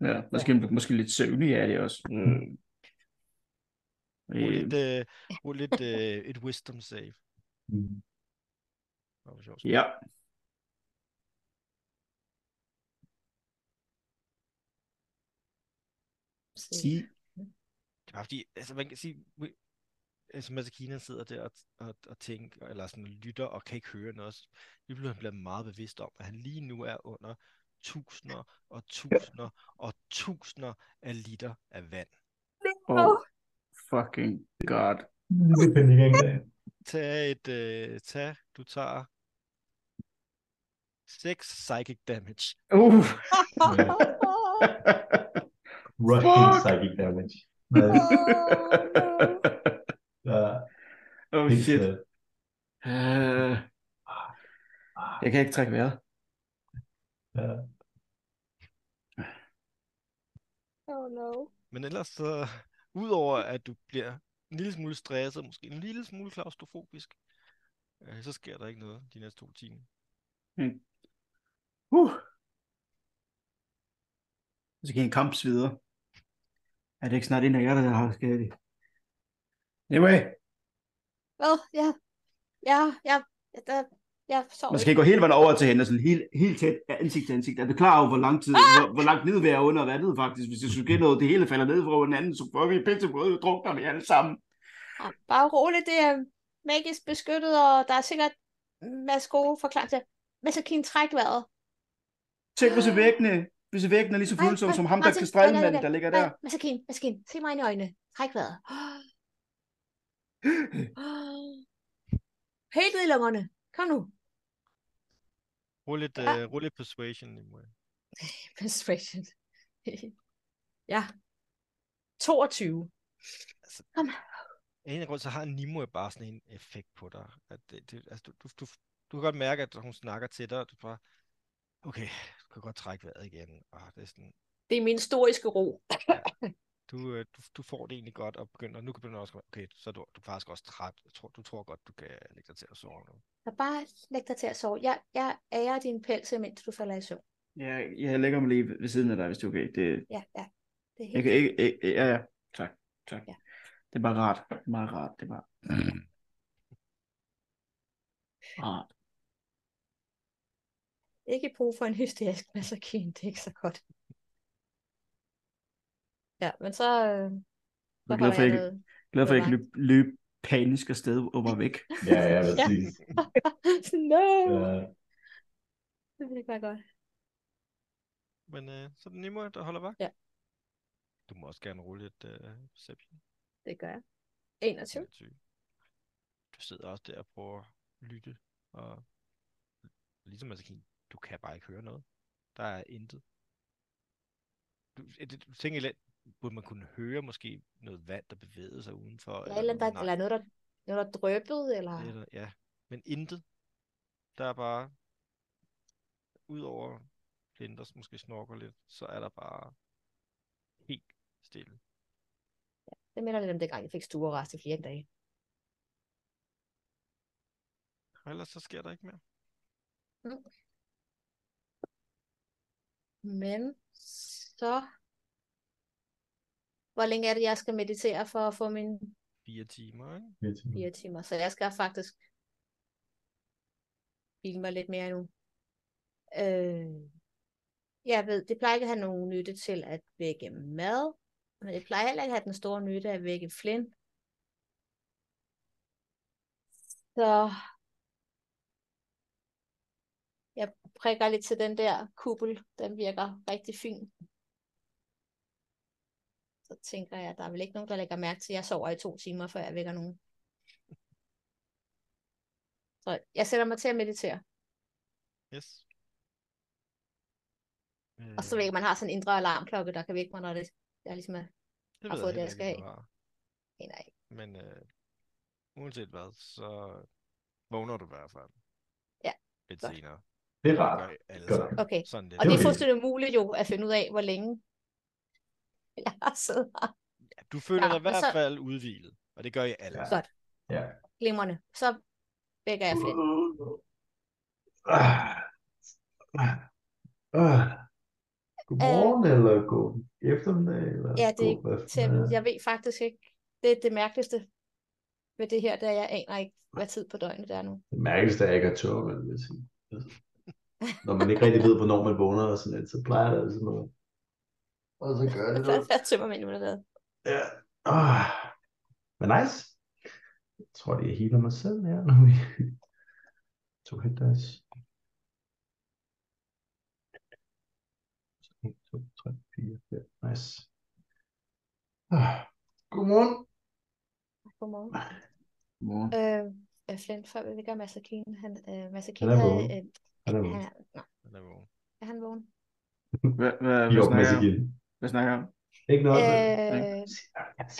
Ja, måske, måske lidt søvnig er det også. Mm.
Rul
Øh,
lidt, øh, rul lidt øh, et wisdom save.
Mm.
Nå, hvor sjovt.
ja. Sige.
Det er bare fordi, altså man kan sige, vi- altså Masakina sidder der og, og, og tænker, eller sådan lytter og kan ikke høre noget. Lige bliver han bliver meget bevidst om, at han lige nu er under tusinder og tusinder og tusinder af liter af vand.
Oh, fucking god.
Lille panikangreb.
Tag et, øh, tag, du tager 6 psychic damage.
Uh.
Rushing
Fuck!
psychic damage. Hvad? Uh,
oh
helt,
shit.
øh,
Uh, jeg kan ikke trække vejret.
ja.
Oh no.
Men ellers så, udover at du bliver en lille smule stresset, måske en lille smule klaustrofobisk, øh, så sker der ikke noget de næste to timer.
Uh. Så kan en kamp videre. Er det ikke snart en af jer, der har skadet? Anyway,
Hvad? Ja. Ja, ja. ja, Der, jeg sover
man skal ikke gå hele vejen over til hende, sådan helt, helt tæt ja, ansigt til ansigt. Er du klar over, hvor lang
Ah!
tid, hvor, hvor langt ned vi er under vandet faktisk? Hvis det skulle ske noget, det hele falder ned fra hinanden, så får vi pisse brød, og drukner vi alle sammen.
Ah, Bare roligt, det er magisk beskyttet, og der er sikkert en masse gode forklaringer. Men så kan I trække vejret.
Tænk, hvis væggene, hvis væggene er lige så
Nej,
følsomme
nej,
som ham,
nej,
der kan
så-
strejle
nej, nej,
mand, der
nej,
ligger
nej,
der.
Men så kan I, men så kan I. Se mig ind i øjnene. Træk vejret. Helt ned i lungerne. Kom nu.
Rul lidt,
Ja.
ja. uh, rul lidt persuasion, Nimue.
Persuasion. ja. 22.
Af en eller anden grund, så har Nimue bare sådan en effekt på dig. At det, det, altså, du, du, du, du kan godt mærke, at hun snakker til dig, og du bare, okay, du kan godt trække vejret igen. Og det er sådan,
Det er min historiske ro.
du, øh, du, du får det egentlig godt, og begynder, nu kan du også, okay, så er du, du er faktisk også træt. Jeg tror, du tror godt, du kan lægge dig til at sove nu.
Så bare læg dig til at sove. Jeg, jeg ærer din pels, mens du falder i søvn.
Ja, jeg lægger mig lige ved siden af dig, hvis det er okay. Det,
Ja, ja. Det er helt
jeg kan ikke, ikke, ja, ja, tak, tak.
Ja.
Det er bare rart, det er meget rart, det er bare... Rart.
ikke brug for en hysterisk massakin, det er ikke så godt. Ja, men så, øh,
Jeg
så
er glad for,
jeg
at jeg,
noget.
glad for, at jeg
Det
ikke
er
løb, løb panisk afsted og var væk.
Ja, ja, præcis.
Sådan, no,
Øh,
det ville ikke være godt.
Men øh, så er det Nimue, der holder vagt.
Ja.
Du må også gerne rulle et øh, perception.
Det gør jeg. 21.
21. øh, Du sidder også der og prøver at lytte, og ligesom altså, du kan bare ikke høre noget. Der er intet. Du, øh, det- du tænker lidt, burde man kunne høre måske noget vand, der bevægede sig udenfor?
Ja, eller,
noget?
der, eller noget, der, noget, der drøbbede, eller...
Nej, eller, ja, men intet. Der er bare, udover Flint, der måske snorker lidt, så er der bare helt stille.
Det minder lidt om dengang, jeg fik stuerrest i flere dage.
Og ellers så sker der ikke mere.
Men så... Hvor længe er det, jeg skal meditere for at få mine
Fire timer, ikke?
lidt.
fire timer? Så jeg skal faktisk hvile mig lidt mere nu. Øh, jeg ved, det plejer ikke at have nogen nytte til at vække mad, men det plejer heller ikke at have den store nytte at vække flint. Så jeg prikker lidt til den der kuppel, den virker rigtig fin. Så tænker jeg, at der er vel ikke nogen, der lægger mærke til, at jeg sover i to timer, før jeg vækker nogen. Så jeg sætter mig til at meditere.
Yes. Øh,
Og
Mm.
så ved jeg, man har sådan en indre alarmklokke, der kan vække mig, når det, jeg ligesom er,
det
har
ved
fået
jeg
det,
heller
jeg
ikke, om du har.
aner jeg ikke.
Men øh, uanset hvad, så vågner du i hvert fald.
Ja,
Lidt
godt.
senere.
Det er
Det
rart.
gør I alle
Godt.
sammen.
Okay.
Sådan lidt.
Og det
var
er
det.
fuldstændig umuligt jo at finde ud af, hvor længe jeg har siddet her.
Ja, Du føler
Ja,
dig i
og
hvert
så-
fald udvilet, og det gør I alle.
Ja.
Godt.
Ja.
Glimrende. Så vækker jeg Flint.
Ah. Ah. Ah. Godmorgen, eller god eftermiddag, eller
Øh. ja, det er
god hvad
Til,
fanden er-
jeg ved faktisk ikke. Det er det mærkeligste ved det her, da jeg aner ikke, hvad tid på døgnet det er nu.
Det mærkeligste er, at jeg ikke har tørmænd, vil jeg sige. Altså, Når man ikke rigtig ved, hvornår man vågner og sådan lidt, så plejer det altid noget. Og så gør
Jeg
det
plejer
noget.
at være tømmermænd i underlaget.
Ja. Ah. Men nice. Jeg tror, det er healer mig selv her, når vi to hit dice. Så 1, 2, 3, 4, 5. Nice. Ah. Godmorgen.
Godmorgen.
Mor.
Øh, øh, Flint, før vi ligger Masakine, han, øh, Masakine
Han er
havde...
vågen.
Øh,
Han er
han
vågen.
er, nej,
Den er vågen.
er han vågen?
Hvad,
Vi er
hvad, hvad, snakker jeg om?
opmæssigt igen.
hvad snakker jeg om?
Ikke noget.
Øh,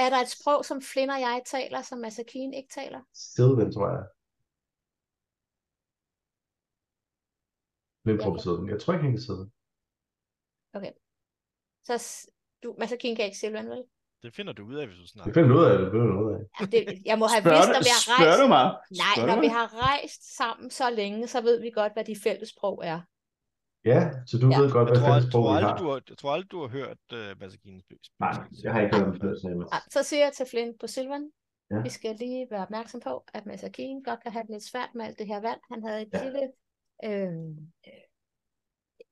er der et sprog, som Flint og jeg taler, som Masakine ikke taler?
Stilven, tror jeg. Hvem
Jeg
tror på
kan-
siden? Jeg tror ikke, han kan sidde.
Så s- du, Masakine kan ikke Silvan, vel?
Det finder du ud af, hvis du
Det
snakker.
finder ud af det. Det finder ud af.
Ja, det, jeg må have
Spørger
vidst,
du-
når vi har
spørger
rejst...
du mig?
Nej,
Spørger
når
du
vi
mig?
har rejst sammen så længe, så ved vi godt, hvad de fælles sprog er.
Ja, så du
Ja.
ved godt,
Jeg
hvad
tror,
fælles
jeg,
sprog
tror
vi har.
aldrig, du har, jeg tror aldrig, du har hørt uh, Masakines
Nej, jeg har ikke hørt om det før, sagde Mads.
Ja, Så siger jeg til Flint på Silvan,
Ja.
vi skal lige være opmærksom på, at Masakine godt kan have det lidt svært med alt det her vand. Han havde et
Ja.
lille, øh,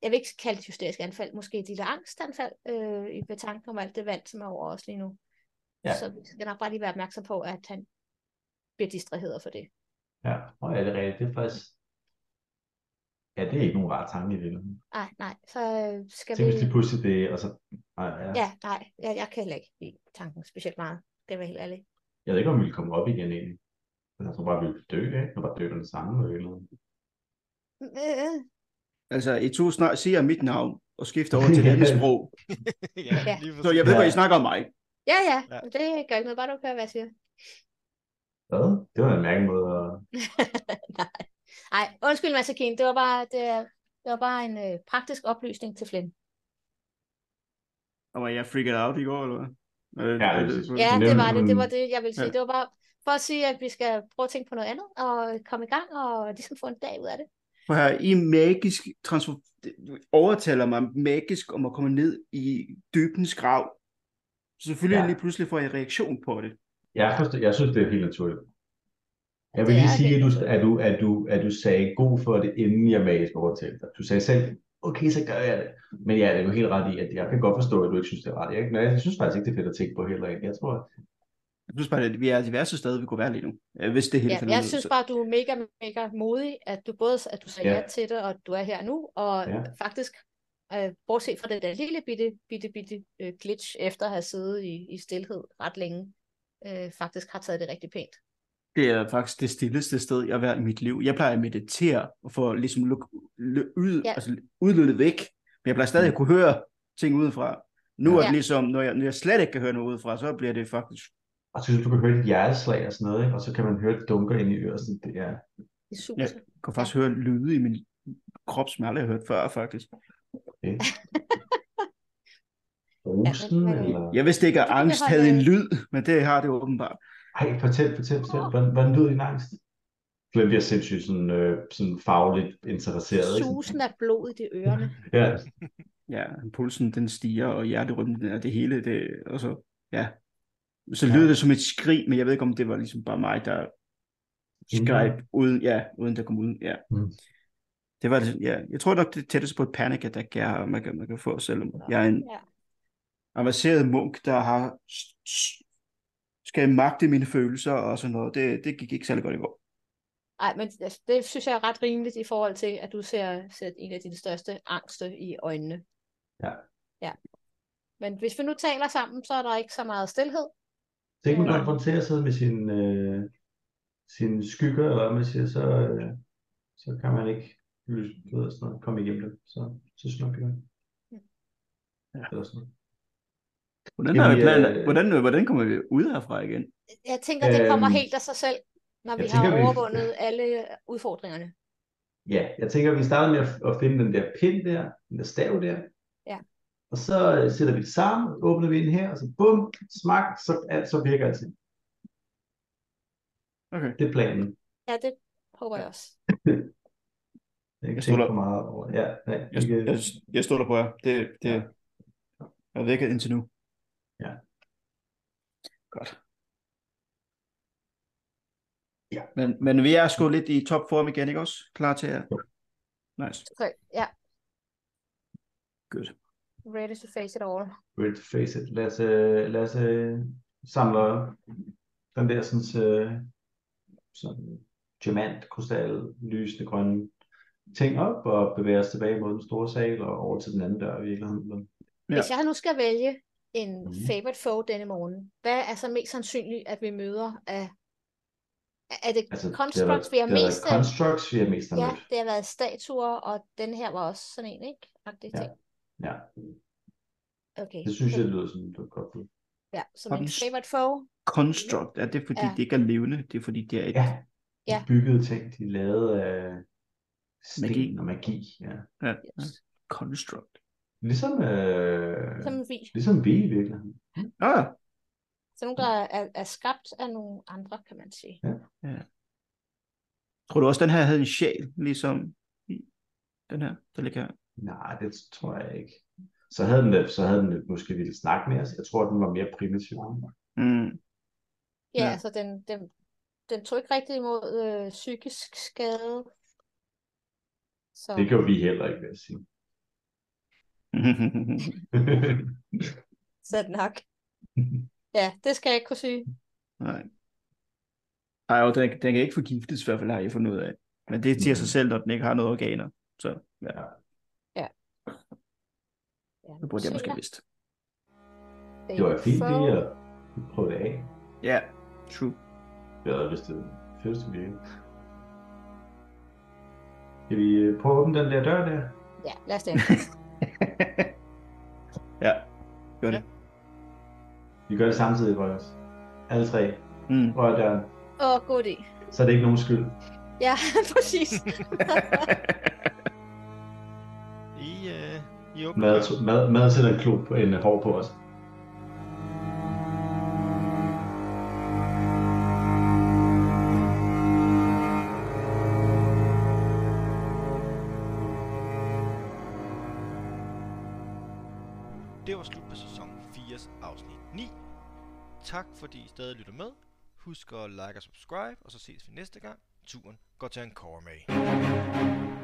jeg vil ikke kalde det et hysterisk anfald, måske et lille angstanfald øh, i- ved tanken om alt det vand, som er over os lige nu.
Ja.
Så vi skal nok bare lige være opmærksom på, at han bliver distraheret for det.
Ja, og ja, det er rigtigt. Det er faktisk... Ja, det er ikke nogen rar tanke i virkeligheden.
Nej, nej, så øh, skal
Tænk, hvis de
vi...
pludselig det, og så... Nej, ja.
Ja, nej, jeg, jeg kan heller ikke lide tanken specielt meget. Det er jeg helt ærlig.
Jeg ved ikke, om vi ville komme op igen egentlig. Men jeg tror bare, vi ville dø, ikke? Når bare dø den samme eller noget.
Øh,
Altså, I to snart siger mit navn og skifter over til et andet sprog.
Ja.
lige for
Så jeg ved,
Ja.
hvad I snakker om mig.
Ja, ja,
Ja.
men det gør ikke noget, bare du hører, hvad jeg siger.
Hvad? Det var en mærkelig måde at...
Nej, Ej, undskyld, Masakin, det var bare, det, er- det var bare en øh, praktisk oplysning til Flynn.
Og var jeg freaked out i går, eller hvad? Øh,
Ja,
øh,
præcis.
øh,
Ja, det
nemt,
var det, det var
men-
det, jeg ville sige.
Ja.
Det var bare for at sige, at vi skal prøve at tænke på noget andet, og komme i gang, og ligesom få en dag ud af det.
Prøv at høre, I magisk transfer- overtaler mig magisk om at komme ned i dybens grav. Så selvfølgelig
Ja.
ja. lige pludselig får jeg reaktion på det.
Jeg, forstår, jeg synes, det er helt naturligt. Jeg vil
Det
lige
er
sige, at
helt
du,
naturligt.
at, du, at, du, at du sagde god for det, inden jeg magisk overtalte dig. Du sagde selv, okay, så gør jeg det. Men ja, det er jo helt ret i, at jeg kan godt forstå, at du ikke synes, det er ret. Jeg, men jeg synes faktisk ikke, det er fedt at tænke på heller ikke. Jeg tror,
Jeg synes bare, at vi er det værste sted, vi kunne være lige nu. Øh, Hvis det hele
Ja,
finder
jeg
ud,
synes
så-
bare, du er mega, mega modig, at du både at du sagde
Ja.
ja til det, og at du er her nu, og
Ja.
faktisk, øh, bortset fra den der lille bitte, bitte, bitte øh, glitch, efter at have siddet i, i stillhed ret længe, øh, faktisk har taget det rigtig pænt.
Det er faktisk det stilleste sted, jeg har været i mit liv. Jeg plejer at meditere og få ligesom luk, lø, ud,
Ja.
ja. altså, udløbet væk. Men jeg plejer stadig at kunne høre ting udefra. Nu er
Ja.
det ligesom, når jeg, når jeg slet ikke kan høre noget udefra, så bliver det faktisk...
og så synes du, du kan høre dit hjerteslag og sådan noget, ikke? og så kan man høre det dunker ind i øret. Sådan, det er,
Det suser.
Ja. Jeg kan faktisk høre lyde i min krop, som jeg aldrig har hørt før, faktisk.
det.
men-
Rosen,
men-
eller...
Jeg vidste ikke, at
Det kan vi
angst
holde-
havde en lyd, men det har det åbenbart.
Ej, fortæl, fortæl, fortæl. Hvordan, hvordan lyder din angst? Glenn bliver sindssygt sådan, øh, sådan fagligt interesseret. ikke?
Susen af blod i de ørerne.
Ja,
Ja, pulsen den stiger, og hjerterymmen og det hele, det, og så, ja. Så
Ja.
lyder det som et skrig, men jeg ved ikke, om det var ligesom bare mig, der
Mhm.
Skype uden, ja, uden der kom ud, ja.
Mm.
Det var det, ja. Jeg tror nok, det er tættest på et panic attack, jeg har, man, kan, man kan få, selvom jeg er en
Ja.
avanceret munk, der har s- s- skal magte mine følelser og sådan noget. Det, det gik ikke særlig godt i går.
Ej, men altså, det synes jeg er ret rimeligt i forhold til, at du ser, ser en af dine største angster i øjnene.
Ja.
Ja. Men hvis vi nu taler sammen, så er der ikke så meget stillhed.
Så ikke man
Nej.
konfronterer sig med sin, øh, sin skygger, eller hvad man siger, så, øh, så kan man ikke lyse, du ved, sådan noget, komme igennem det. Så, så snakker jeg.
Ja.
Eller sådan noget.
Hvordan,
Jamen,
har vi planer,
øh,
hvordan, hvordan kommer vi ud herfra igen?
Jeg tænker, det kommer
Øhm,
helt af sig selv, når
jeg
vi
tænker,
har
vi-
overvundet alle udfordringerne.
Ja, jeg tænker, vi starter med at, at finde den der pind der, den der stav der.
Ja.
Og så øh, sætter vi det sammen, åbner vi den her, og så bum, smak, så, alt, så virker det.
Okay.
Det er planen.
Ja, det håber jeg også.
Jeg kan
Jeg
tænke
stoler-
for meget over. Ja, nej,
Jeg,
ikke,
jeg, jeg stoler på jer. Det, det
Ja.
er vækket indtil nu.
Ja.
Godt.
Ja.
Men, men vi er sgu lidt i topform igen, ikke også? Klar til at... Nice.
Okay, ja.
Good.
Ready to face it all.
Red face it. Lad os, øh, lad os øh, samle den der sådan, øh, sådan diamant, krystal, lysende grønne ting op og bevæge os tilbage mod den store sal og over til den anden dør i virkeligheden.
Ja.
Ja. Hvis jeg nu skal vælge en
Mhm.
favorite foe denne morgen, hvad er så mest sandsynligt, at vi møder af... Er- Er det
Altså, det har
Constructs,
været-
vi har
det har
mest
været
af?
Constructs, vi har mest af
Ja,
mødt.
det har været statuer, og den her var også sådan en, ikke? Agtig
Ja.
ting.
Ja,
Okay.
det synes
så-
jeg lyder sådan, du godt ved.
Ja, som
Og
en
den s-
favorite foe.
Construct, er det fordi,
Ja.
det ikke er levende? Det er fordi, det er et...
Ja, de
Ja.
byggede ting, de er lavet af sten
Magi.
og magi. Ja.
Ja. ja.
Yes.
Construct.
Ligesom, øh,
Som vi.
ligesom vi i virkeligheden.
Ja, ah,
Som nogen, der er, er skabt af nogle andre, kan man sige.
tror du også, den her havde en sjæl, ligesom i den her, der ligger her?
Nej, det tror jeg ikke. Så havde den, det- så havde den det måske ville snakke med os. Jeg tror, den var mere primitiv.
Mm.
Ja,
Ja.
altså den, den, den tog ikke rigtig imod øh, psykisk skade. Så
Det gjorde vi heller ikke, vil jeg sige.
Mm.
sandt nok. Ja, det skal jeg ikke kunne sige.
Nej. Ej, jo, den, den kan ikke forgiftes, i hvert fald har jeg fundet ud af. Men det siger sig
Mhm.
selv, når den ikke har noget organer. Så ja,
Ja,
det burde jeg måske have vidst.
det var fint
så-
lige at prøve det af.
Ja, true.
Jeg havde lyst til det fedeste virkelig. Kan vi øh, prøve at åbne den der dør der?
Ja, lad os det.
ja, gør det.
Vi gør det samtidig, Røg os. Alle tre
Mm.
rører døren.
Åh, oh, god idé.
Så er det ikke nogen skyld.
Ja, præcis.
I, øh, I åbner
Mad,
døren.
mad, mad sætter en klub en øh, hår på os.
Det var slut på sæson 4's afsnit 9. Tak fordi I stadig lytter med. Husk at like og subscribe, og så ses vi næste gang. Turen går til en med.